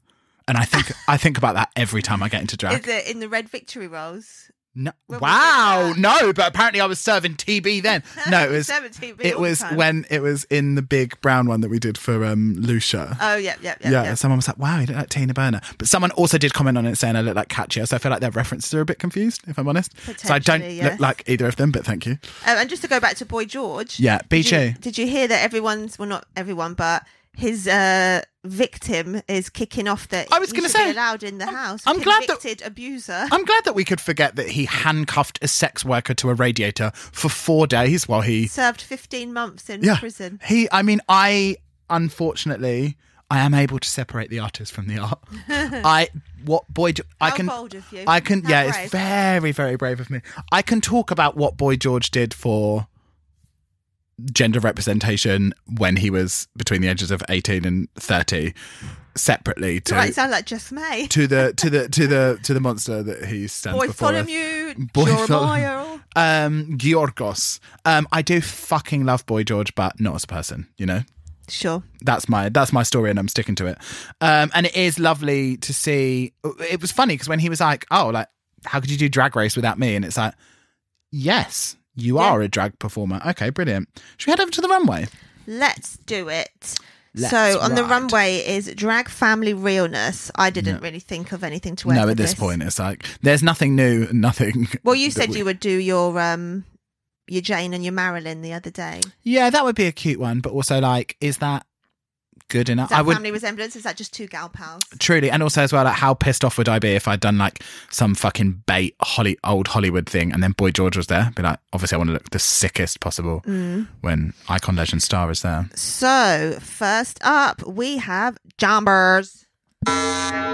E: And I think I think about that every time I get into drag.
D: Is it in the red victory rolls?
E: No,
D: When we did
E: wow, no, but apparently I was serving TB then. No, it was
D: 17
E: it
D: all the
E: was
D: time.
E: when it was in the big brown one that we did for um Lucia.
D: Oh, yep, yep, yep.
E: yeah,
D: yep.
E: someone was like, "Wow, you look like Tina Burner," but someone also did comment on it saying I look like Katya. So I feel like their references are a bit confused, if I'm honest. So I don't
D: Potentially,
E: look
D: yes.
E: like either of them, but thank you.
D: Um, and just to go back to Boy George.
E: Yeah,
D: did you-
E: BJ.
D: Did you hear that everyone's, well, not everyone, but his uh, victim is kicking off that
E: I was
D: you
E: gonna
D: should be
E: say,
D: allowed in the house.
E: I'm glad that-
D: Convicted abuser.
E: I'm glad that we could forget that he handcuffed a sex worker to a radiator for four days while he
D: served 15 months in prison.
E: He, I mean, I unfortunately, I am able to separate the artist from the art. I what boy? Ge- I
D: How
E: can.
D: bold of you.
E: I can.
D: How
E: yeah,
D: brave.
E: it's very, very brave of me. I can talk about what Boy George did for gender representation when he was between the ages of eighteen and thirty, separately to
D: Right, sound like just May.
E: to the to the to the to the monster that he stands
D: Boy
E: before. us.
D: Bartholomew,
E: Boy
D: Jeremiah.
E: Um, Georgos. Um, I do fucking love Boy George, but not as a person. You know,
D: Sure.
E: that's my that's my story and I'm sticking to it. Um, and it is lovely to see. It was funny because when he was like, "Oh, like how could you do drag race without me?" and it's like, "Yes, you are a drag performer." Okay, brilliant. Should we head over to the runway?
D: Let's do it.
E: Let's
D: so on the
E: ride.
D: runway is drag family realness. I didn't really think of anything to wear.
E: No,
D: for
E: at this point it's like there's nothing new, nothing.
D: Well, you
E: that
D: said
E: we-
D: you would do your um your Jane and your Marilyn the other day. Is
E: Yeah, that would be a cute one, but also like, is that good enough?
D: that
E: I would
D: family resemblance? Is that just two gal pals?
E: Truly, and also as well, like how pissed off would I be if I'd done like some fucking bait Holly old Hollywood thing, and then Boy George was there? Be like, obviously, I want to look the sickest possible when icon legend star is there.
D: So first up, we have Jambers.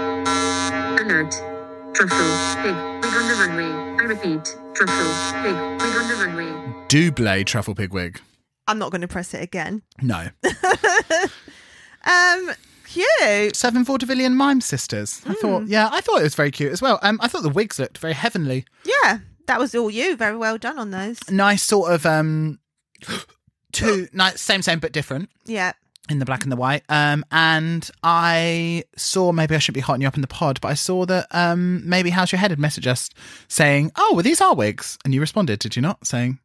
G: Alert. Truffle. Big. Wig on the runway. I repeat. Truffle. Big. Wig on the runway.
E: Double truffle pig wig.
D: I'm not going to press it again.
E: No,
D: Um, cute.
E: seven vaudevillian mime sisters. I thought, yeah, I thought it was very cute as well. Um, I thought the wigs looked very heavenly,
D: Yeah, that was all you. Very well done on those.
E: nice sort of um, two, nice, same, same but different.
D: Yeah.
E: in the black and the white. Um, and I saw maybe I should be hotting you up in the pod, but I saw that um, maybe How's Your Head had messaged us saying, "Oh, well, these are wigs," and you responded, did you not, saying,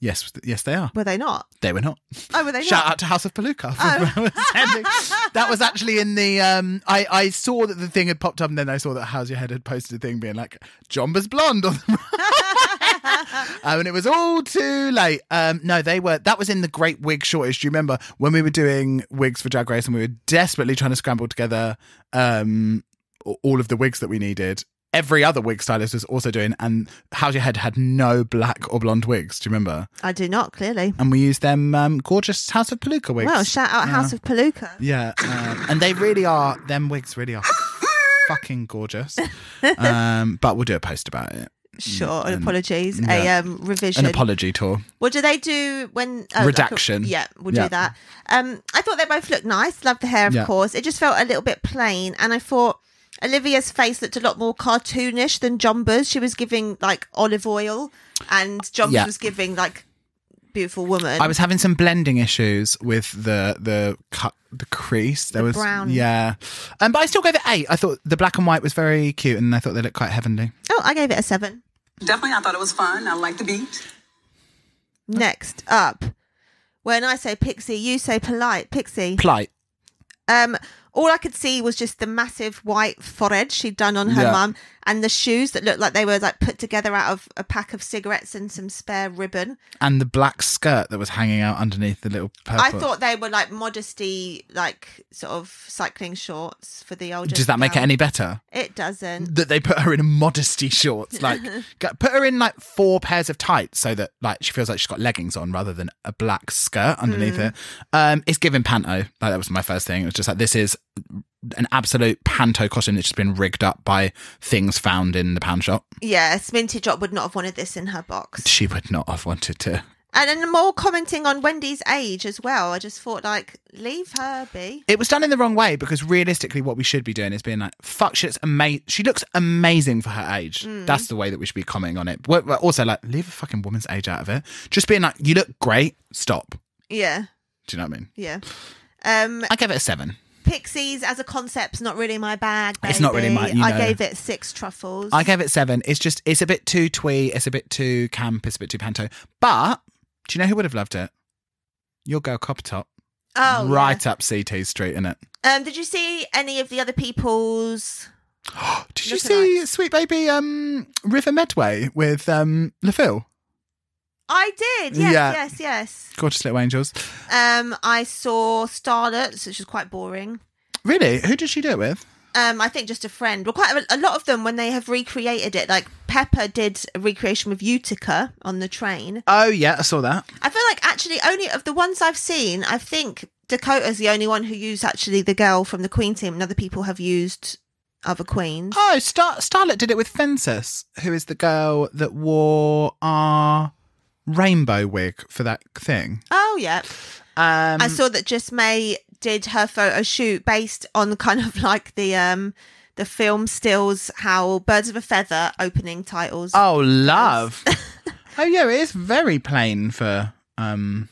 E: "Yes, yes, they are.
D: Were they not?
E: They were not."
D: Oh, were they
E: Shout
D: not?
E: out to House of Palooka. For sending- that was actually in the. Um, I I saw that the thing had popped up, and then I saw that How's Your Head had posted a thing being like Jomba's blonde on the. um, and it was all too late. Um, no, they were. That was in the Great Wig Shortage. Do you remember when we were doing wigs for Drag Race and we were desperately trying to scramble together um, a- all of the wigs that we needed? Every other wig stylist was also doing, and How's Your Head had no black or blonde wigs. Do you remember?
D: I do not clearly.
E: and we use them um, gorgeous House of Palooka wigs.
D: Well, shout out House of Palooka.
E: yeah, um, and they really are. Them wigs really are fucking gorgeous. Um, but we'll do a post about it.
D: Sure, an apologies,
E: Mm, yeah.
D: a um, revision.
E: An apology tour.
D: what do they do when oh,
E: Redaction.
D: like a- yeah, we'll
E: Yeah.
D: do that. Um, I thought they both looked nice. Loved the hair, of
E: Yeah.
D: course. It just felt a little bit plain, and I thought Olivia's face looked a lot more cartoonish than Jomba's. She was giving like olive oil, and Jomba's
E: Yeah.
D: was giving like beautiful woman.
E: I was having some blending issues with the the cut, the crease. There
D: The
E: was
D: brown.
E: yeah, um, but I still gave it eight. I thought the black and white was very cute, and I thought they looked quite heavenly.
D: oh, I gave it a seven.
H: Definitely, I thought it was fun. I liked the beat.
D: Next up, when I say pixie, you say polite pixie.
E: Plight.
D: Um, all I could see was just the massive white forehead she'd done on her
E: Yeah.
D: mum, and the shoes that looked like they were like put together out of a pack of cigarettes and some spare ribbon.
E: And the black skirt that was hanging out underneath the little purple.
D: I thought they were like modesty, like sort of cycling shorts for the older.
E: Does that make it
D: gal.
E: any better?
D: It doesn't.
E: that they put her in modesty shorts like g- put her in like four pairs of tights so that like she feels like she's got leggings on rather than a black skirt underneath it um it's giving panto like that was my first thing it was just like this is an absolute panto costume that's just been rigged up by things found in the pound shop
D: Yeah, Sminty Drop would not have wanted this in her box.
E: she would not have wanted to
D: And then more commenting on Wendy's age as well. I just thought like, leave her be.
E: it was done in the wrong way because realistically what we should be doing is being like fuck she's amazing she looks amazing for her age
D: Mm.
E: that's the way that we should be commenting on it We're- we're also like leave a fucking woman's age out of it just being like you look great stop
D: Yeah,
E: Do you know what I mean?
D: yeah. Um,
E: I gave it a seven.
D: Pixies as a concept's not really my bag.
E: It's not really
D: baby.
E: my- you
D: I
E: know.
D: gave it six truffles.
E: I gave it seven. It's just it's a bit too twee. It's a bit too camp. It's a bit too panto. But do you know who would have loved it? Your girl Coppertop.
D: oh yeah.
E: right up CT Street, innit?
D: Um, did you see any of the other people's?
E: Did you
D: Look at
E: see Sweet Baby um, River Medway with um, LaFille?
D: I did. Yes,
E: Yeah.
D: yes, yes.
E: Gorgeous Little Angels.
D: Um, I saw Starlets, which was quite boring.
E: Really? Who did she do it with?
D: Um, I think just a friend. Well, quite a, a lot of them when they have recreated it. Like Pepper did a recreation with Utica on the train.
E: Oh, yeah, I saw that.
D: I feel like actually only of the ones I've seen, I think Dakota's the only one who used actually the girl from the Queen team, and other people have used other queens.
E: Oh, Star- Starlet did it with Fences, who is the girl that wore our rainbow wig for that thing.
D: Oh yeah,
E: Um,
D: I saw that Just May did her photo shoot based on kind of like the um the film stills how Birds of a Feather opening titles.
E: oh, love. oh, yeah, it is very plain for. Um,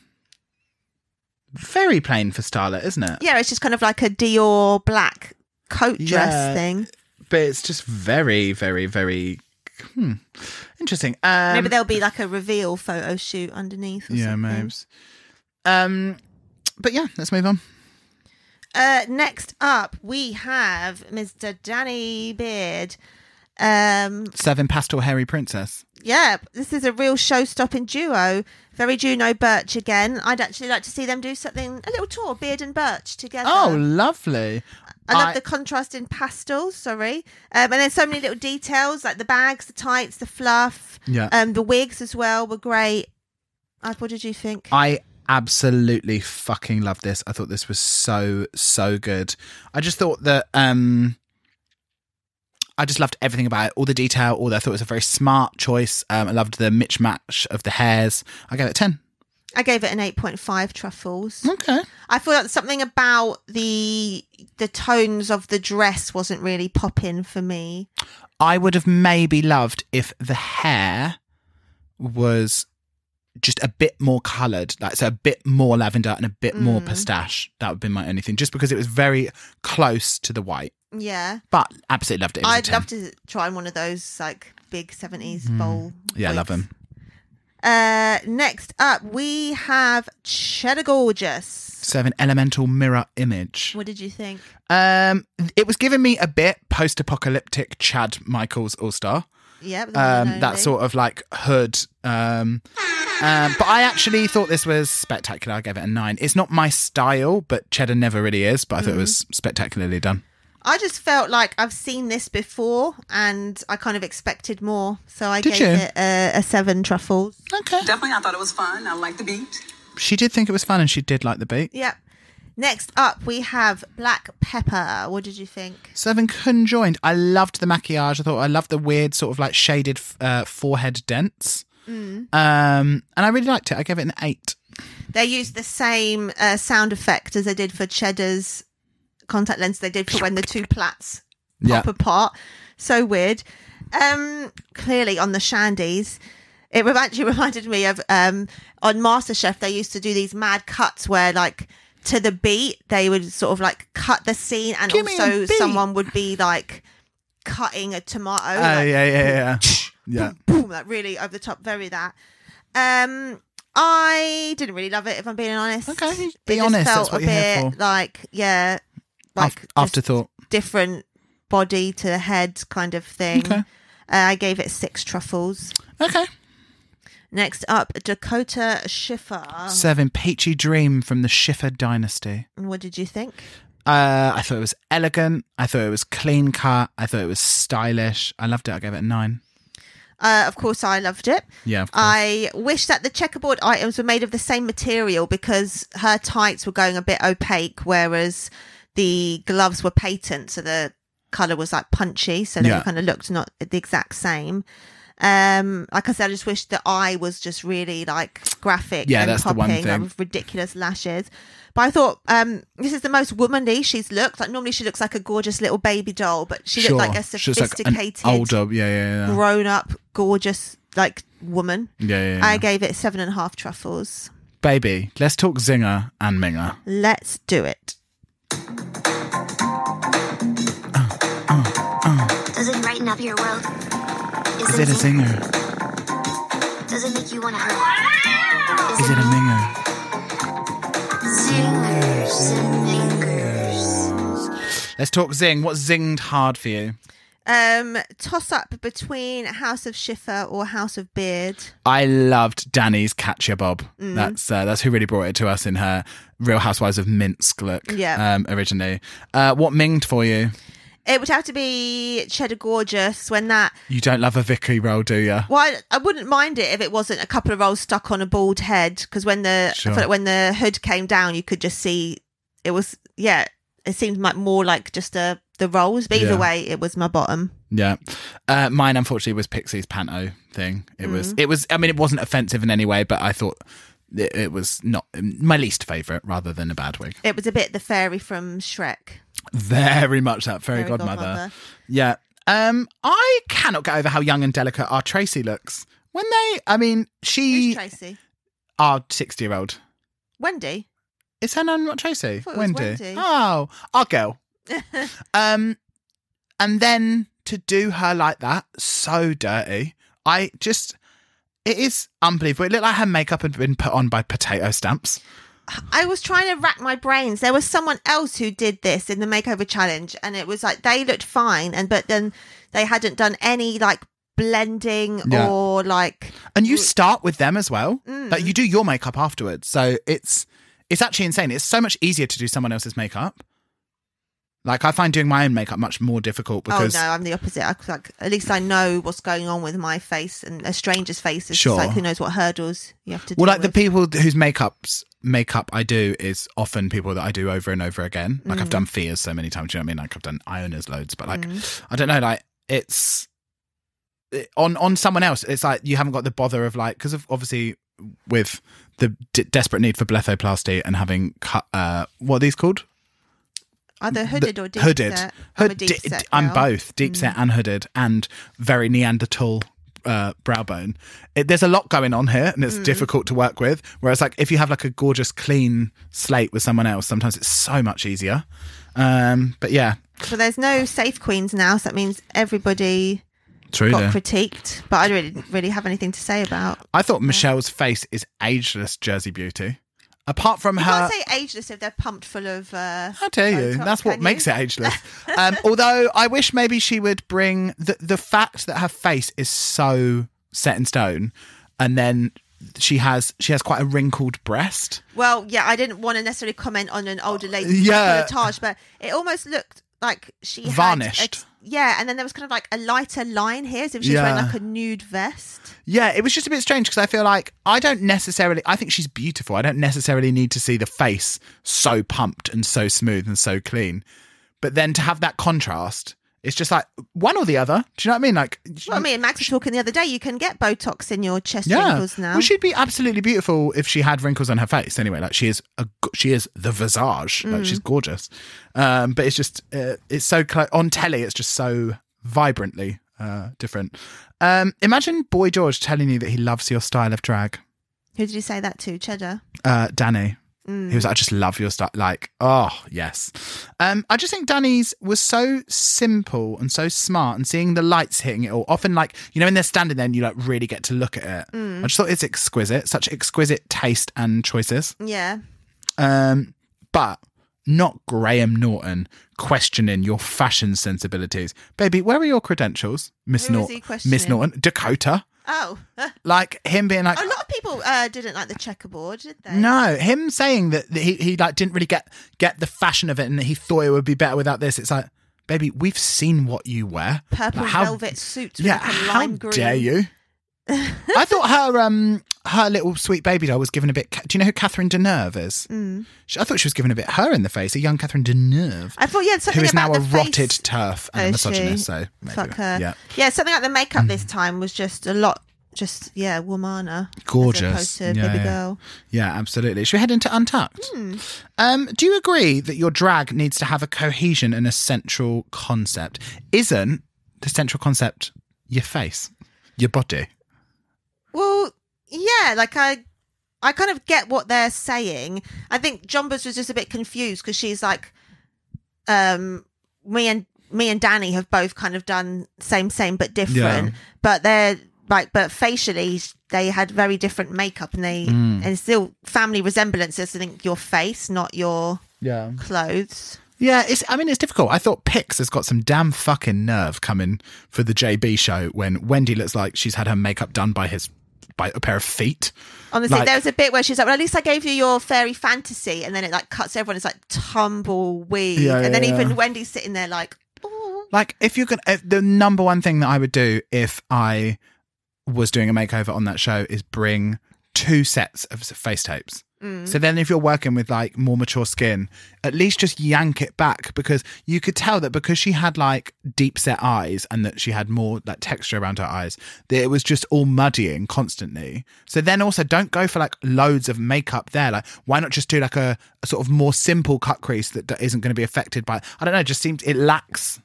E: very plain for Starlet, isn't it?
D: Yeah, it's just kind of like a Dior black coat dress
E: Yeah.
D: thing.
E: but it's just very, very, very hmm, interesting. Um,
D: Maybe there'll be like a reveal photo shoot underneath. Or
E: yeah,
D: something.
E: Mobes. Um, but yeah, let's move on.
D: Uh, next up, we have Mr. Danny Beard. Um,
E: Seven pastel hairy princess.
D: yeah, this is a real show-stopping duo. Very Juno Birch again. I'd actually like to see them do something, a little tour, Beard and Birch together.
E: Oh, lovely!
D: I love
E: I-
D: the contrast in pastel. Sorry, um, and then so many little details like the bags, the tights, the fluff.
E: Yeah.
D: um, the wigs as well were great. Uh, what did you think?
E: I absolutely fucking love this. I thought this was so so good. I just thought that um I just loved everything about it, all the detail, all that. I thought it was a very smart choice. Um, I loved the mitch match of the hairs. I gave it ten.
D: I gave it an eight point five truffles.
E: Okay.
D: I feel like something about the the tones of the dress wasn't really popping for me.
E: I would have maybe loved if the hair was just a bit more coloured, like so a bit more lavender and a bit more pistache. That would have been my only thing, just because it was very close to the white.
D: Yeah,
E: But absolutely loved it. it was a
D: I'd
E: 10.
D: love to try one of those like big seventies bowl.
E: Hmm. Yeah, I love
D: wigs.
E: them.
D: Uh, next up, we have Cheddar Gorgeous.
E: Seven elemental mirror image.
D: What did you think?
E: Um, it was giving me a bit post-apocalyptic Chad Michaels All Star.
D: Yeah, the one and
E: um, that
D: only.
E: sort of like hood. Um, um, but I actually thought this was spectacular. I gave it a nine. It's not my style, but cheddar never really is. But I thought it was
D: Mm.
E: spectacularly done.
D: I just felt like I've seen this before, and I kind of expected more, so I
E: Did
D: gave
E: you?
D: it a, a seven truffles.
E: Okay.
H: Definitely, I thought it was fun. I liked the beat.
E: She did think it was fun, and she did like the beat.
D: Yep. Next up, we have Black Pepper. What did you think?
E: Seven conjoined. I loved the maquillage. I thought I loved the weird sort of like shaded f- uh, forehead dents.
D: Mm.
E: Um, and I really liked it. I gave it an eight.
D: They used the same uh, sound effect as they did for Cheddar's contact lens. They did for when the two plaits
E: Yeah.
D: pop apart. So weird. Um, clearly on the Shandies. It re- actually reminded me of um, on MasterChef, they used to do these mad cuts where, like, to the beat, they would sort of like cut the scene, and
E: Give me a
D: also
E: beat.
D: someone would be like cutting a tomato.
E: Oh
D: like,
E: yeah, yeah, yeah, yeah.
D: boom, like really over the top, very that. Um, I didn't really love it, if I'm being honest.
E: Okay,
D: It
E: be
D: just
E: honest, that's
D: Felt
E: what
D: a
E: you're here
D: bit
E: for.
D: like yeah, like
E: Af-
D: just
E: afterthought.
D: different body to head kind of thing.
E: Okay.
D: Uh, I gave it six truffles.
E: Okay.
D: Next up, Dakota Schiffer.
E: Seven peachy dream from the Schiffer dynasty.
D: What did you think?
E: Uh, I thought it was elegant. I thought it was clean cut. I thought it was stylish. I loved it. I gave it a nine.
D: Uh, of course, I loved it.
E: Yeah, of course.
D: I wish that the checkerboard items were made of the same material because her tights were going a bit opaque, whereas the gloves were patent, so the color was like punchy, so they
E: Yeah.
D: kind of looked not the exact same. Um, like I said, I just wish the eye was just really like graphic.
E: Yeah,
D: and
E: that's the
D: popping,
E: one
D: like,
E: thing.
D: with ridiculous lashes. But I thought um, this is the most womanly she's looked. Like normally she looks like a gorgeous little baby doll, but she
E: Sure.
D: looked like a
E: She was like
D: sophisticated
E: an older. Yeah, yeah, yeah.
D: grown up, gorgeous, like woman.
E: Yeah, yeah, yeah.
D: I gave it seven and a half truffles.
E: Baby, let's talk zinger and minger.
D: Let's do it.
I: of your world?
J: Is it a zinger?
I: Does it make you want to hurt?
J: Is it a minger?
I: Zingers and fingers.
J: Let's talk zing. What zinged hard for you?
D: Um, toss up between House of Schiffer or House of Beard.
E: I loved Danny's Catch Your Bob.
D: Mm.
E: That's uh, that's who really brought it to us in her Real Housewives of Minsk look.
D: Yeah.
E: Um, originally, uh, what minged for you?
D: It would have to be Cheddar Gorgeous when that.
E: You don't love a Vicky roll, do you?
D: Well, I, I wouldn't mind it if it wasn't a couple of rolls stuck on a bald head because when the I
E: Sure.
D: feel like when the hood came down, you could just see it was yeah. It seemed like more like just a, the rolls, but either
E: Yeah.
D: way, it was my bottom.
E: Yeah. Uh, mine, unfortunately, was Pixie's panto thing. It was.
D: Mm-hmm.
E: It was. I mean, it wasn't offensive in any way, but I thought it, it was not um, my least favorite, rather than a bad wig.
D: It was a bit the fairy from Shrek.
E: Very much that fairy,
D: Fairy
E: godmother.
D: godmother.
E: Yeah. Um, I cannot get over how young and delicate our Tracy looks. When they, I mean,
D: Who's
E: she,
D: Tracy?
E: our sixty-year-old.
D: Wendy.
E: Is her name not Tracy?
D: thought it was Wendy.
E: Oh, our girl. um, and then to do her like that, so dirty. I just, it is unbelievable. It looked like her makeup had been put on by potato stamps.
D: I was trying to rack my brains. There was someone else who did this in the makeover challenge, and it was like they looked fine, and but then they hadn't done any like blending
E: Yeah.
D: or like oh,
E: And you start with them as well.
D: Mm.
E: Like you do your makeup afterwards. So it's it's actually insane. It's so much easier to do someone else's makeup. Like I find doing my own makeup much more difficult because
D: oh no, I'm the opposite. I, like at least I know what's going on with my face and a stranger's face is
E: Sure.
D: just like who knows what hurdles you have to.
E: Well,
D: deal
E: like the
D: with.
E: people whose makeups makeup I do is often people that I do over and over again. Like
D: Mm.
E: I've done fears so many times. Do you know what I mean? Like I've done Ionas loads, but like
D: Mm.
E: I don't know. Like it's it- on on someone else. It's like you haven't got the bother of like because of obviously with the d- desperate need for blepharoplasty and having cut uh what are these called
D: either
E: the-
D: hooded or deep
E: hooded.
D: set. I'm, a
E: Hood-
D: deep
E: di-
D: set
E: I'm
D: girl. Mm.
E: both deep set and hooded, and very Neanderthal uh, brow bone. It, there's a lot going on here, and it's
D: Mm.
E: difficult to work with. Whereas, like if you have like a gorgeous clean slate with someone else, sometimes it's so much easier. Um, but yeah,
D: So there's no safe queens now, so that means everybody
E: true.
D: got critiqued. But I really didn't really have anything to say about.
E: I thought Michelle's face is ageless, Jersey beauty. Apart from
D: You
E: her,
D: can't say ageless if they're pumped full of. Uh,
E: How dare Uh, you?
D: Botox,
E: That's what
D: can
E: makes
D: you?
E: it ageless. um, although I wish maybe she would bring the the fact that her face is so set in stone, and then she has she has quite a wrinkled breast.
D: Well, yeah, I didn't want to necessarily comment on an older lady
E: Yeah.
D: montage, but it almost looked like she had a-
E: Varnished.
D: yeah, and then there was kind of like a lighter line here, as if she was
E: Yeah.
D: wearing like a nude vest.
E: Yeah, it was just a bit strange because I feel like I don't necessarily. I think she's beautiful. I don't necessarily need to see the face so pumped and so smooth and so clean, but then to have that contrast, it's just like one or the other. Do you know what I mean? Like,
D: Well, I mean, Max was talking the other day. You can get Botox in your chest wrinkles now.
E: Well, she'd be absolutely beautiful if she had wrinkles on her face. Anyway, like she is a go- she is the visage.
D: Mm.
E: Like she's gorgeous. Um, but it's just uh, it's so cl- on telly. It's just so vibrantly uh, different. Um, imagine Boy George telling you that he loves your style of drag,
D: Who did you say that to? Cheddar.
E: uh, Danny. He
D: Mm.
E: was like, I just love your style. Like, oh yes. Um, I just think Danny's was so simple and so smart, and seeing the lights hitting it all. Often, like you know, when they're standing there, and you like really get to look at it.
D: Mm.
E: I just thought it's exquisite, such exquisite taste and choices.
D: Yeah.
E: Um, but not Graham Norton questioning your fashion sensibilities, baby. Where are your credentials, Miss
D: Who is
E: Norton?
D: he
E: Miss
D: questioning?
E: Norton, Dakota.
D: Oh, a
E: Like him being like,
D: lot of people uh, didn't like the checkerboard, did they?
E: No, him saying that that he, he like didn't really get get the fashion of it, and that he thought it would be better without this. It's like, baby, we've seen what you wear.
D: Purple
E: Like,
D: velvet suit. with
E: Yeah,
D: like a
E: how
D: lime green.
E: dare you? I thought her um her little sweet baby doll was given a bit. Do you know who Catherine Deneuve is? Mm. I thought she was given a bit her in the face, a young Catherine Deneuve,
D: I thought yeah,
E: who
D: something
E: is now
D: about
E: a
D: the face.
E: rotted turf and a
D: Oh, she-
E: misogynist. So maybe,
D: Fuck her.
E: yeah, Mm.
D: Yeah. something like the makeup this time was just a lot. Just yeah, womana,
E: gorgeous,
D: as opposed to
E: yeah,
D: baby
E: yeah.
D: girl.
E: Yeah, absolutely. Should we head into Untucked? Um, do you agree that your drag needs to have a cohesion and a central concept? Isn't the central concept your face, your body?
D: Well, yeah, like I, I kind of get what they're saying. I think Jombas was just a bit confused because she's like, um, me and me and Danny have both kind of done same, same but different.
E: Yeah.
D: But they're like, but facially they had very different makeup, and they
E: Mm.
D: and still family resemblances. I think your face, not your
E: Yeah.
D: clothes.
E: Yeah, it's. I mean, it's difficult. I thought Pix has got some damn fucking nerve coming for the JB show when Wendy looks like she's had her makeup done by his by a pair of feet.
D: Honestly,
E: Like-
D: there was a bit where she's like, "Well, at least I gave you your fairy fantasy," and then it like cuts everyone. It's like tumbleweed,
E: Yeah, yeah,
D: and then
E: yeah.
D: even Wendy's sitting there like, "Oh, "Ooh."
E: Like, if you can, if the number one thing that I would do if I was doing a makeover on that show is bring two sets of face tapes. So then, if you're working with like more mature skin, at least just yank it back because you could tell that because she had like deep set eyes and that she had more like texture around her eyes, that it was just all muddying constantly. So then also don't go for like loads of makeup there. Like, why not just do like a, a sort of more simple cut crease that, that isn't going to be affected by, I don't know, it just seems it lacks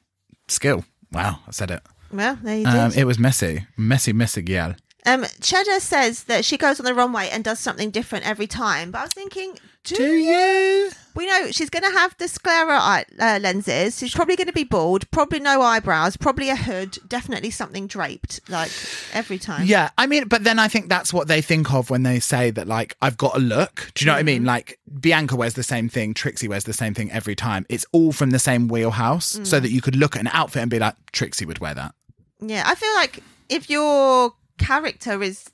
E: skill. Wow, I said it.
D: "Well, there you did."
E: Um, it was messy, messy, messy, yeah.
D: Um, Cheddar says that she goes on the runway and does something different every time. But I was thinking, do,
E: you?
D: we know she's going to have the sclera eye, uh, lenses? She's probably going to be bald, probably no eyebrows, probably a hood, definitely something draped like every time.
E: Yeah, I mean, but then I think that's what they think of when they say that, like, I've got a look. Do you know what I mean? Like, Bianca wears the same thing, Trixie wears the same thing every time. It's all from the same wheelhouse, so that you could look at an outfit and be like, Trixie would wear that.
D: Yeah, I feel like if your character is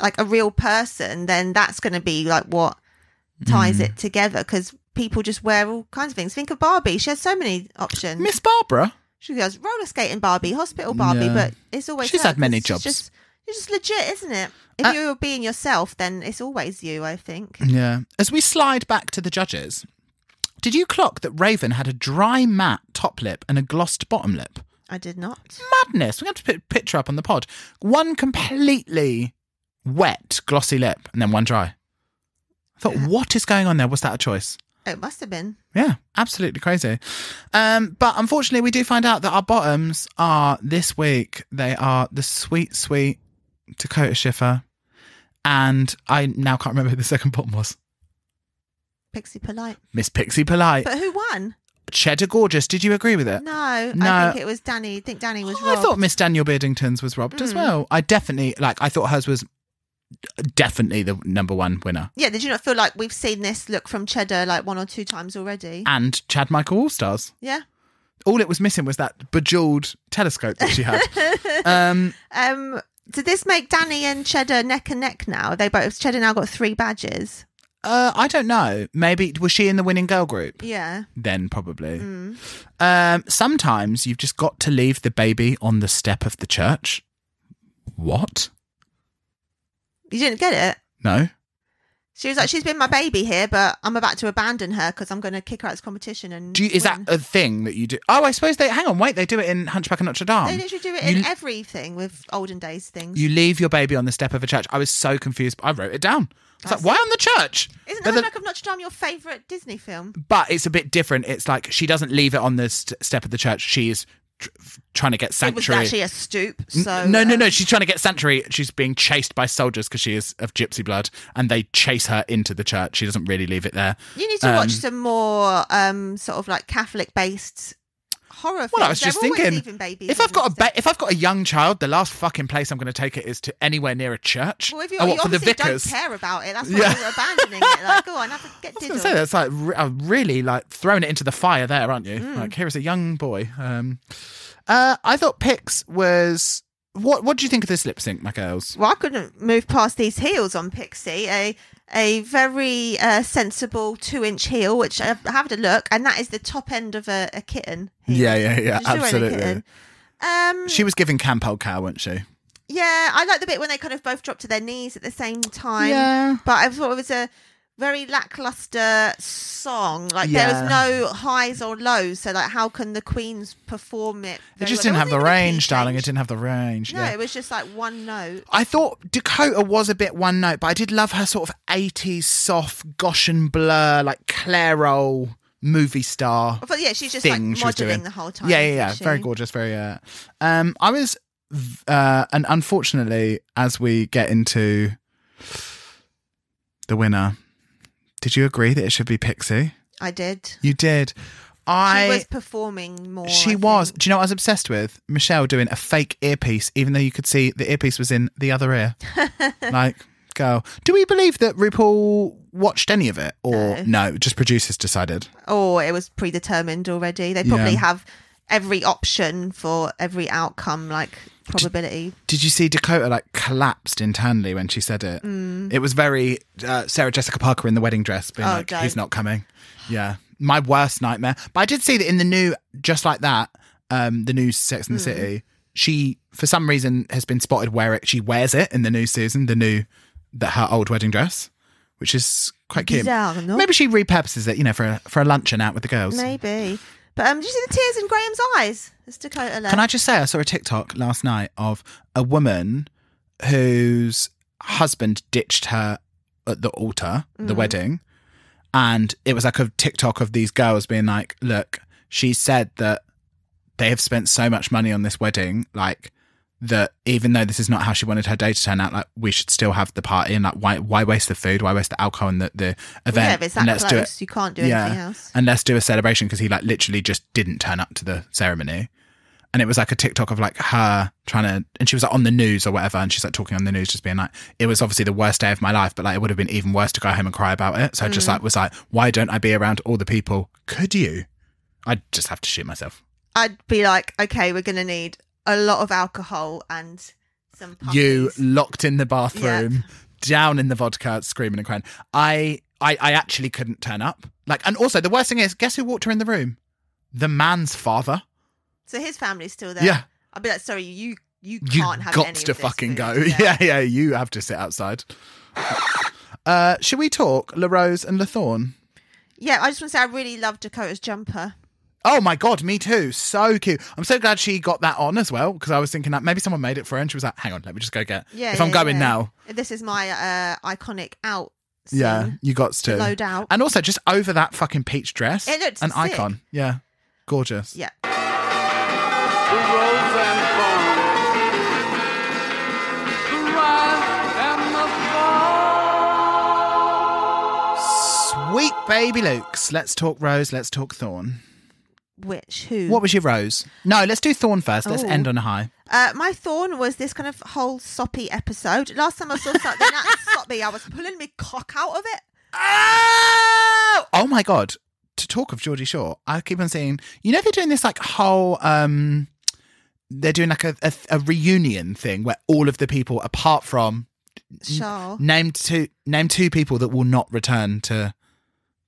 D: like a real person, then that's going to be like what
E: Mm-hmm.
D: ties it together because people just wear all kinds of things. Think of Barbie; she has so many options.
E: Miss Barbara?
D: She goes roller skating Barbie, hospital Barbie,
E: Yeah.
D: but it's always
E: She's
D: her,
E: had many
D: 'cause
E: jobs.
D: It's just, it's just legit, isn't it? If
E: Uh,
D: you're being yourself, then it's always you. I think.
E: Yeah. As we slide back to the judges, did you clock that Raven had a dry matte top lip and a glossed bottom lip?
D: I did not.
E: madness. We're going to put a picture up on the pod. One completely wet, glossy lip, and then one dry. I thought, what is going on there? Was that a choice?
D: It must have been.
E: Yeah, absolutely crazy. Um, but unfortunately, we do find out that our bottoms are this week. They are the sweet, sweet Dakota Schiffer, and I now can't remember who the second bottom was.
D: Pixie polite,
E: Miss Pixie Polite,
D: but who won?
E: Cheddar Gorgeous. Did you agree with it?
D: No, I
E: No.
D: think it was Danny. I think Danny was
E: I
D: robbed.
E: thought Miss Daniel Beardington's was robbed
D: Mm.
E: as well. I definitely like. I thought hers was definitely the number one winner,
D: Yeah, did you not feel like we've seen this look from Cheddar like one or two times already?
E: and Chad Michael Allstars.
D: Yeah.
E: All it was missing was that bejeweled telescope that she had. um,
D: Um. Did this make Danny and Cheddar neck and neck now? They both Cheddar now got three badges.
E: uh, I don't know. Maybe was she in the winning girl group?
D: Yeah. Mm.
E: Then probably. Um, sometimes you've just got to leave the baby on the step of the church. What?
D: You didn't get it.
E: No.
D: She was like, she's been my baby here, but I'm about to abandon her because I'm going to kick her out of this competition. And
E: Do you, is that
D: win."
E: a thing that you do? Oh, I suppose they. Hang on, wait. They do it in Hunchback of Notre Dame.
D: they literally do it in
E: you-
D: everything with olden days things?
E: You leave your baby on the step of a church. I was so confused. I wrote it down. It's like, why on the church?
D: Isn't
E: but, the-
D: Hunchback of Notre Dame your favourite Disney film?
E: but it's a bit different. It's like she doesn't leave it on the st- step of the church. She's tr- trying to get
D: It was
E: sanctuary.
D: actually a stoop.
E: N-
D: So
E: no, no,
D: uh,
E: no. She's trying to get sanctuary. She's being chased by soldiers because she is of gypsy blood, and they chase her into the church. She doesn't really leave it there.
D: You need to watch some more um, sort of like Catholic based horror films.
E: Well, I was
D: They're
E: just
D: always
E: thinking,
D: leaving babies
E: if
D: on
E: I've got a
D: the
E: ba-
D: step.
E: if I've got a young child, the last fucking place I'm going to take it is to anywhere near a church.
D: Well, if you,
E: I
D: you
E: want Oh, for the
D: obviously
E: vicars.
D: don't care about it, that's why
E: Yeah.
D: you're abandoning it. Like, go on, have a, get
E: I
D: diddled.
E: was going to say that's like re- uh, really like throwing it into the fire there, aren't you? Like here is a young boy. Um, uh, I thought Pix was what? What do you think of this lip sync, my girls?
D: Well, I couldn't move past these heels on Pixie. A a very uh, sensible two inch heel, which I have a look, and that is the top end of a, a kitten. heel.
E: Yeah, yeah, yeah,
D: She's wearing a
E: absolutely.
D: kitten. Um,
E: She was giving camp old cow, wasn't she?
D: Yeah, I like the bit when they kind of both drop to their knees at the same time.
E: Yeah.
D: But I thought it was a very lackluster song. Like there
E: Yeah.
D: was no highs or lows. So like, how can the Queens perform it?
E: It
D: very
E: just
D: well?
E: didn't
D: There
E: have the
D: wasn't even a key
E: range, darling. It
D: change.
E: didn't have the range.
D: No,
E: yeah.
D: it was just like one note.
E: I thought Dakota was a bit one note, but I did love her sort of 80s soft Goshen blur, like Clairol movie star.
D: But yeah, she's just like
E: thing she was doing
D: modelling the whole time.
E: Yeah, yeah, yeah.
D: isn't she?
E: Very gorgeous. Very. Uh, um, I was, v- uh, and unfortunately, as we get into the winner, did you agree that it should be Pixie?
D: I did.
E: You did.
D: She
E: I
D: was performing more.
E: She
D: I
E: was.
D: think.
E: Do you know what I was obsessed with? Michelle doing a fake earpiece, even though you could see the earpiece was in the other ear. like, girl. Do we believe that RuPaul watched any of it? Or no, just producers decided.
D: Oh, it was predetermined already. They probably
E: Yeah.
D: have every option for every outcome, like probability.
E: Did you see Dakota like collapsed internally when she said it? It was very uh, Sarah Jessica Parker in the wedding dress, being
D: Mm. Oh,
E: like, he's
D: don't.
E: not coming. Yeah. My worst nightmare. But I did see that in the new, just like that, um, the new Sex in the
D: Hmm.
E: City, she, for some reason, has been spotted where it, she wears it in the new season, the new, the, her old wedding dress, which is quite cute.
D: Bizarre, no?
E: Maybe she repurposes it, you know, for a, for a luncheon out with the girls.
D: Maybe. But um, did you see the tears in Graham's eyes? It's Dakota left.
E: Can I just say, I saw a TikTok last night of a woman whose husband ditched her at the altar, the
D: Mm.
E: wedding. And it was like a TikTok of these girls being like, look, she said that they have spent so much money on this wedding, like, that even though this is not how she wanted her day to turn out, like we should still have the party and like why why waste the food, why waste the alcohol and the, the event?
D: yeah, if it's that
E: and let's do it
D: close, you can't do anything else.
E: and let's do a celebration because he like literally just didn't turn up to the ceremony. And it was like a TikTok of like her trying to, and she was like on the news or whatever, and she's like talking on the news, just being like, "It was obviously the worst day of my life, but like it would have been even worse to go home and cry about it." So I
D: Mm.
E: just like was like, "Why don't I be around all the people? Could you?" I'd just have to shoot myself.
D: I'd be like, okay, we're going to need a lot of alcohol and some puppies.
E: You locked in the bathroom, down in the vodka, screaming and crying. I, I, I actually couldn't turn up. Like, and also the worst thing is, guess who walked her in the room? The man's father.
D: So his family's still there.
E: Yeah.
D: I'd be like, sorry, you you
E: you
D: can't have
E: got
D: any
E: to
D: of this
E: fucking
D: food.
E: go. Yeah. yeah, you have to sit outside. Uh, should we talk La Rose and La Thorne?
D: Yeah, I just want to say I really love Dakota's jumper.
E: Oh my god, me too. So cute. I'm so glad she got that on as well because I was thinking that maybe someone made it for her and she was like, "Hang on, let me just go get."
D: Yeah,
E: if I'm
D: yeah,
E: going
D: yeah.
E: now,
D: This is my uh, iconic out. Scene.
E: yeah, you got to
D: Load out.
E: And also, just over that fucking peach dress,
D: It looked
E: an
D: sick.
E: icon. Yeah, gorgeous.
D: yeah.
E: Sweet baby Lukes. Let's talk Rose. Let's talk Thorn.
D: Which who?
E: What was your Rose? No, let's do Thorn first. Let's
D: Oh.
E: end on a high.
D: Uh, my thorn was this kind of whole soppy episode. Last time I saw something that soppy, I was pulling my cock out of it.
E: Oh! Oh my god! To talk of Geordie Shore, I keep on seeing. You know they're doing this like whole. um They're doing like a, a, a reunion thing where all of the people, apart from
D: Sure.
E: name two name two people that will not return to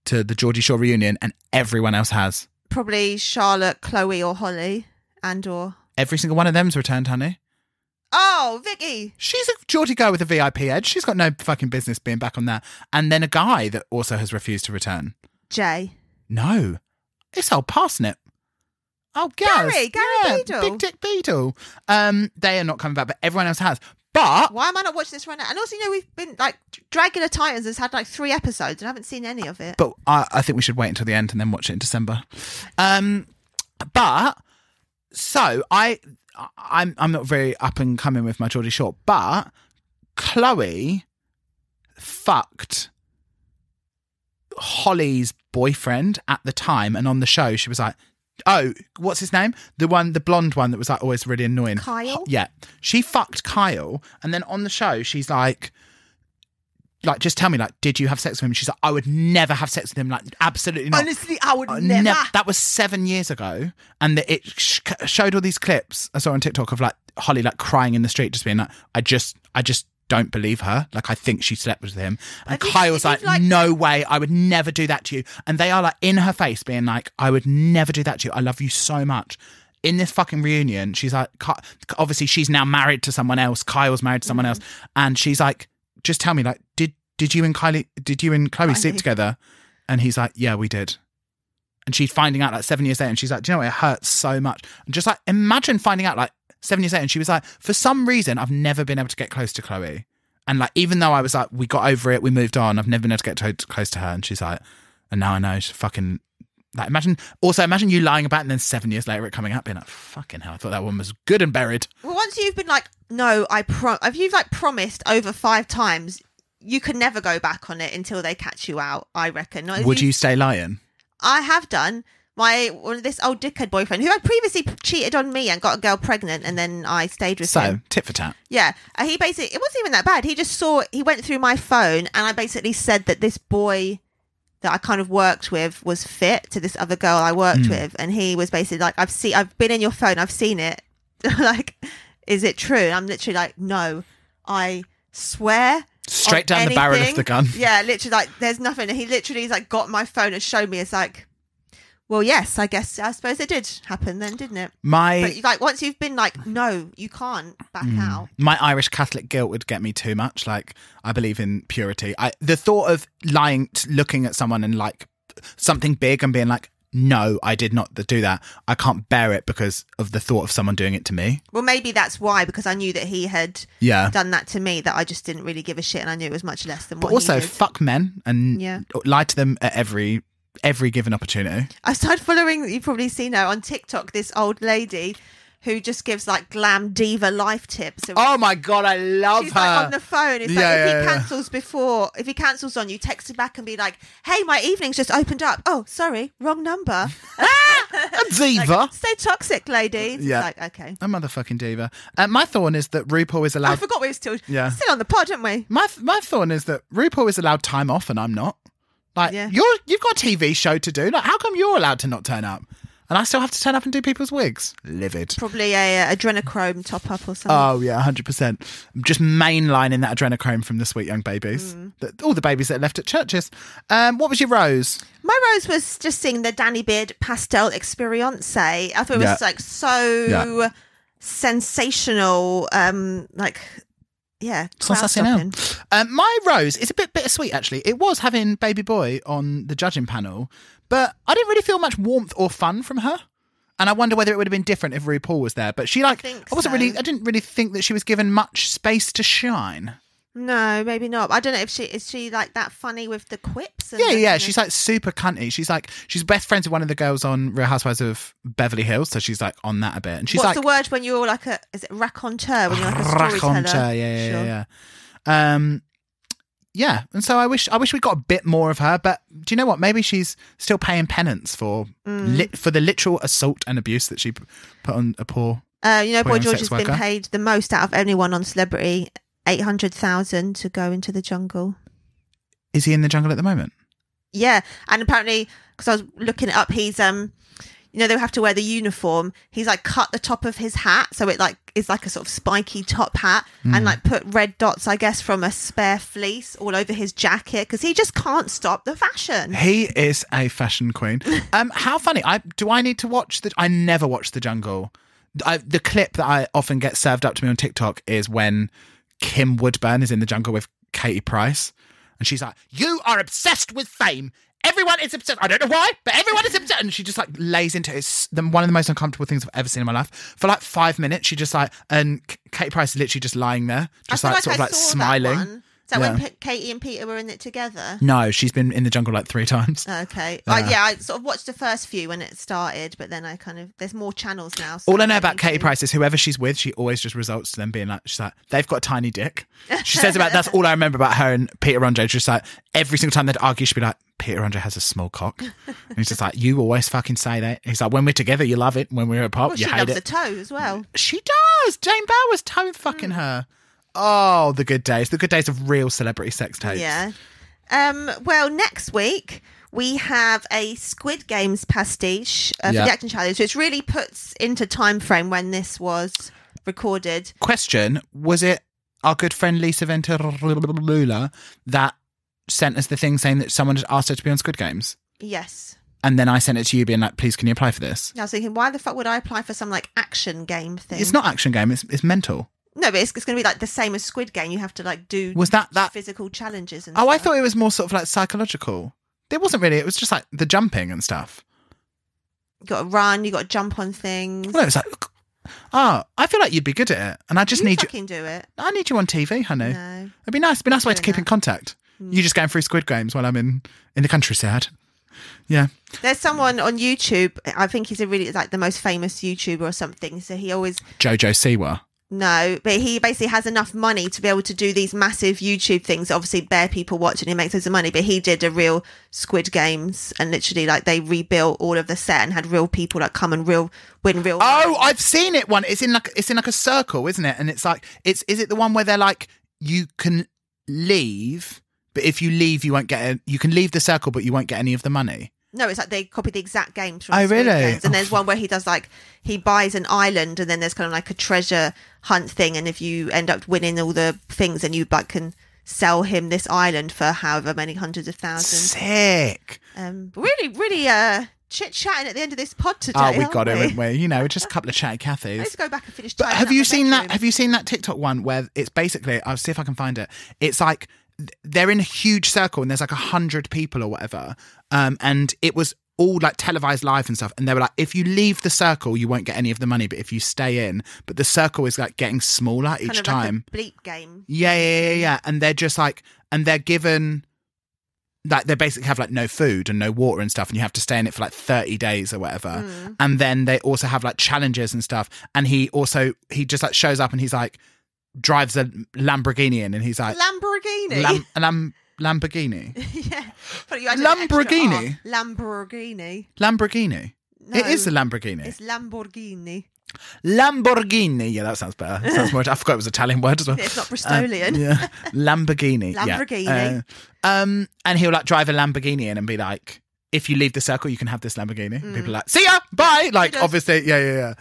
E: to the Geordie Shore reunion, and everyone else has.
D: Probably Charlotte, Chloe, or Holly, and or
E: Every single one of them's returned, honey.
D: oh Vicky.
E: She's a Geordie girl with a VIP edge. She's got no fucking business being back on that. And then a guy that also has refused to return.
D: Jay.
E: No, it's old parsnip. Oh, Gaz.
D: Gary, Gary
E: yeah,
D: Beadle.
E: Big Dick Beadle. Um, they are not coming back, but everyone else has. But
D: Why am I not watching this right now? And also, you know, we've been like Dragula Titans has had like three episodes, and I haven't seen any of it.
E: but I, I think we should wait until the end and then watch it in December. Um, but so I, I'm I'm not very up and coming with my Geordie Short, but Chloe fucked Holly's boyfriend at the time, and on the show she was like, "Oh, what's his name? The one, the blonde one that was like always really annoying."
D: Kyle?
E: Yeah, she fucked Kyle, and then on the show she's like. Like, just tell me, like, did you have sex with him? She's like, I would never have sex with him. Like, absolutely not.
D: Honestly, I would
E: Uh,
D: never.
E: nev- that was seven years ago, and that it sh- showed all these clips I saw on TikTok of like Holly like crying in the street, just being like, "I just, I just don't believe her. Like, I think she slept with him." And
D: Have you-
E: Kyle's
D: if
E: like,
D: you've, like-
E: "No way, I would never do that to you." And they are like in her face, being like, "I would never do that to you. I love you so much." In this fucking reunion, she's like, Ky- obviously she's now married to someone else. Kyle's married to someone
D: Mm-hmm.
E: else, and she's like, "Just tell me, like, did did you and Kylie, did you and Chloe sleep
D: Chloe.
E: together?" And he's like, "Yeah, we did." and she's finding out like seven years later, and she's like, "Do you know what? It hurts so much." And just like imagine finding out like seven years later, and she was like, "For some reason, I've never been able to get close to Chloe." And like, even though I was like, "We got over it, we moved on," I've never been able to get to- close to her. And she's like, "And now I know." She's fucking like, imagine also imagine you lying about, it and then seven years later it coming up, being like, "Fucking hell, I thought that one was good and buried."
D: Well, once you've been like, no, I pro, if you've like promised over five times, you can never go back on it until they catch you out. I reckon. Not if
E: Would you stay lying?
D: I have done. my well, this old dickhead boyfriend who had previously p- cheated on me and got a girl pregnant, and then I stayed with him.
E: So, tit for tat.
D: Yeah, uh, he basically it wasn't even that bad. He just saw he went through my phone, and I basically said that this boy that I kind of worked with was fit to this other girl I worked
E: Hmm.
D: with, and he was basically like, "I've seen, I've been in your phone, I've seen it. like, is it true?" And I'm literally like, "No, I swear."
E: Straight
D: on
E: down the barrel of
D: anything."
E: the gun.
D: Yeah, literally, like, there's nothing. And he literally is like, got my phone and showed me. It's like, well, yes, I guess, I suppose it did happen then, didn't it?
E: My
D: But like, once you've been like, no, you can't back
E: Hmm.
D: out.
E: my Irish Catholic guilt would get me too much. Like I believe in purity. I the thought of lying, t- looking at someone and like something big and being like, "No, I did not th- do that." I can't bear it because of the thought of someone doing it to me.
D: Well, maybe that's why because I knew that he had
E: Yeah.
D: done that to me that I just didn't really give a shit and I knew it was much less than
E: But
D: what
E: also,
D: he did.
E: fuck men and
D: Yeah.
E: lie to them at every every given opportunity.
D: I started following, you've probably seen her on TikTok, this old lady who just gives like glam diva life tips. So
E: Oh my god, I love
D: She's
E: her.
D: like on the phone. It's
E: Yeah,
D: like if
E: yeah,
D: he
E: yeah.
D: cancels before, if he cancels on you, text him back and be like, "Hey, my evening's just opened up. Oh, sorry, wrong number.
E: a diva.
D: Stay toxic, lady." It's
E: Yeah.
D: like okay.
E: a motherfucking diva. Uh, my thorn is that RuPaul is
D: I
E: allowed.
D: forgot we were still
E: Uh, Yeah.
D: still on the pod, aren't we?
E: My my thorn is that RuPaul is allowed time off and I'm not. Like
D: Yeah.
E: you're you've got a TV show to do. Like how come you're allowed to not turn up? And I still have to turn up and do people's wigs. Livid.
D: Probably a, uh adrenochrome top up or something.
E: Oh yeah, hundred percent. Just mainlining that adrenochrome from the sweet young babies.
D: Mm.
E: That all the babies that are left at churches. Um, what was your rose?
D: My rose was just seeing the Danny Beard pastel experience. eh? I thought it was
E: Yeah.
D: like so
E: Yeah.
D: sensational. Um, like yeah, crowd stopping.
E: Um, my rose is a bit bittersweet actually. It was having baby boy on the judging panel, but I didn't really feel much warmth or fun from her. And I wonder whether it would have been different if RuPaul was there. But she like I,
D: think
E: wasn't
D: so.
E: really I didn't really think that she was given much space to shine.
D: No, maybe not. I don't know if she is she like that funny with the quips. And
E: Yeah,
D: the-
E: yeah. She's like super cunty. She's like she's best friends with one of the girls on Real Housewives of Beverly Hills, so she's like on that a bit. And she's
D: What's
E: like
D: the word when you're like a is it raconteur when you're like a storyteller?
E: raconteur. Yeah, yeah,
D: Sure.
E: yeah, yeah. Um, yeah. And so I wish I wish we got a bit more of her. But do you know what? Maybe she's still paying penance for
D: Mm.
E: lit for the literal assault and abuse that she p- put on a poor.
D: Uh, you know,
E: Probably
D: Boy
E: on
D: George
E: sex
D: has been
E: worker.
D: paid the most out of anyone on Celebrity, eight hundred thousand to go into the jungle.
E: Is he in the jungle at the moment?
D: Yeah, and apparently, because I was looking it up, he's um, you know, they have to wear the uniform. He's like cut the top of his hat, so it like is like a sort of spiky top hat,
E: Hmm.
D: and like put red dots, I guess, from a spare fleece all over his jacket because he just can't stop the fashion.
E: He is a fashion queen. Um, how funny! I do I need to watch the? I never watch the jungle. I, the clip that I often get served up to me on TikTok is when Kim Woodburn is in the jungle with Katie Price, and she's like, "You are obsessed with fame. Everyone is obsessed. I don't know why, but everyone is obsessed." And she just like lays into it. It's the, one of the most uncomfortable things I've ever seen in my life. For like five minutes, she just like and K- Katie Price is literally just lying there, just like sort of like
D: saw that
E: smiling.
D: one. Is that when
E: Yeah.
D: P- Katie and Peter were in it together?
E: No, she's been in the jungle like three
D: Oh,
E: times.
D: Okay. Like, yeah, I sort of watched the first few when it started, but then I kind of there's more channels now. so
E: All I know
D: don't
E: about
D: need
E: Katie
D: to-
E: Price is whoever she's with, she always just results to them being like, she's like, they've got a tiny dick. She says about that's all I remember about her and Peter Andre. Just like every single time they'd argue, she'd be like, Peter Andre has a small cock. And he's just like, you always fucking say that. He's like, when we're together, you love it. When we're apart,
D: Well, she
E: you hate
D: loves the
E: it.
D: toe as well.
E: she does. Jane Bowers toe fucking her. Oh, the good days. The good days of real celebrity sex tapes.
D: Yeah. Um, well, next week we have a Squid Games pastiche uh, for
E: Yeah.
D: the acting challenge, which really puts into time frame when this was recorded.
E: Question Was it our good friend Lisa Venturula that sent us the thing saying that someone had asked her to be on Squid Games?
D: Yes.
E: and then I sent it to you, being like, "Please, can you apply for this?"
D: I was thinking, why the fuck would I apply for some like action game thing?
E: It's not action game; it's it's mental.
D: No, but it's, it's going to be like the same as Squid Game. You have to like do
E: Was that that?
D: physical challenges and
E: Oh, I
D: stuff.
E: thought it was more sort of like psychological. It wasn't really. It was just like the jumping and stuff.
D: you got to run, you got to jump on things.
E: Well, it was like, oh, I feel like you'd be good at it, and I just
D: you
E: need you.
D: fucking do it.
E: I need you on TV, honey.
D: No.
E: It'd be nice. It'd be a nice way to
D: Doing
E: keep in
D: that.
E: contact. You're just going through Squid Games while I'm in in the countryside. Yeah.
D: There's someone on YouTube. I think he's a really like the most famous YouTuber or something. So he always
E: Jojo Siwa.
D: No, but he basically has enough money to be able to do these massive YouTube things. Obviously, bare people watch and he makes loads of money. But he did a real Squid Games and literally like they rebuilt all of the set and had real people like come and real win real.
E: Oh, I've seen it. One. It's in like it's in like a circle, isn't it? And it's like it's is it the one where they're like you can leave, but if you leave, you won't get a, you can leave the circle, but you won't get any of the money.
D: No, it's like they copied the exact games from
E: Oh,
D: Squid
E: really?
D: Games. And there's one where he does like he buys an island, and then there's kind of like a treasure hunt thing. And if you end up winning all the things, then you like can sell him this island for however many hundreds of thousands.
E: Sick.
D: Um, really, really uh, chit chatting at the end of this pod today.
E: Oh, we
D: aren't
E: got it,
D: we?
E: haven't we? You know, we're just a couple of chatty
D: Let's
E: Cathys.
D: go back and finish.
E: But
D: tidying
E: have
D: up
E: you
D: the
E: seen that?
D: bedroom.
E: Have you seen that TikTok one where it's basically? I'll see if I can find it. It's like th- they're in a huge circle and there's like a hundred people or whatever, um, and it was all like televised live and stuff. And they were like, if you leave the circle, you won't get any of the money, but if you stay in, but the circle is like getting smaller each
D: Kind of like a
E: time.
D: bleep game.
E: Yeah, yeah, yeah, yeah. And they're just like, and they're given, like, they basically have like no food and no water and stuff, and you have to stay in it for like 30 days or whatever.
D: Hmm.
E: And then they also have like challenges and stuff. And he also, he just like shows up and he's like, drives a Lamborghini in, and he's like,
D: Lamborghini.
E: Lam- lam- Lamborghini?
D: yeah. But you added an extra
E: Lamborghini?
D: R. Lamborghini.
E: Lamborghini? It is a
D: No,
E: Lamborghini.
D: It's Lamborghini.
E: Lamborghini. Yeah, that sounds better. That sounds more. I forgot it was an Italian word as well.
D: Yeah, it's not
E: Uh,
D: Bristolian.
E: yeah, Lamborghini. yeah.
D: Lamborghini.
E: Uh, um, and he'll like drive a Lamborghini in and be like, "If you leave the circle, you can have this Lamborghini." And
D: Mm.
E: people are like, "See ya, bye." Like,
D: Toodles.
E: obviously, yeah, yeah, yeah.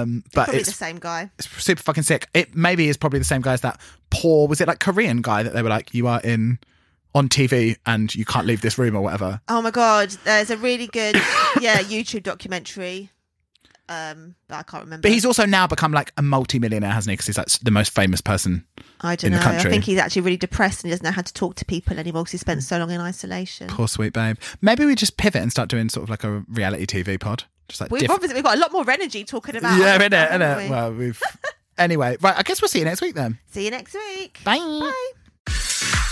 E: Um, but
D: Probably
E: it's,
D: the same guy.
E: it's super fucking sick. It maybe is probably the same guy as that poor. Was it like Korean guy that they were like, "You are in." On TV, and you can't leave this room or whatever.
D: Oh my god, there's a really good yeah YouTube documentary. Um, but I can't remember.
E: But he's also now become like a multi-millionaire, hasn't he? Because he's like the most famous person
D: I don't
E: in the
D: know. I
E: country.
D: think he's actually really depressed and he doesn't know how to talk to people anymore because he spent so long in isolation.
E: Poor sweet babe. Maybe we just pivot and start doing sort of like a reality TV pod. Just like
D: We've
E: diff-
D: obviously we've got a lot more energy talking about.
E: yeah,
D: other
E: in it,
D: stuff,
E: in
D: haven't
E: it.
D: we?
E: Well, we've anyway. Right, I guess we'll see you next week then.
D: See you next week.
E: Bye.
D: Bye.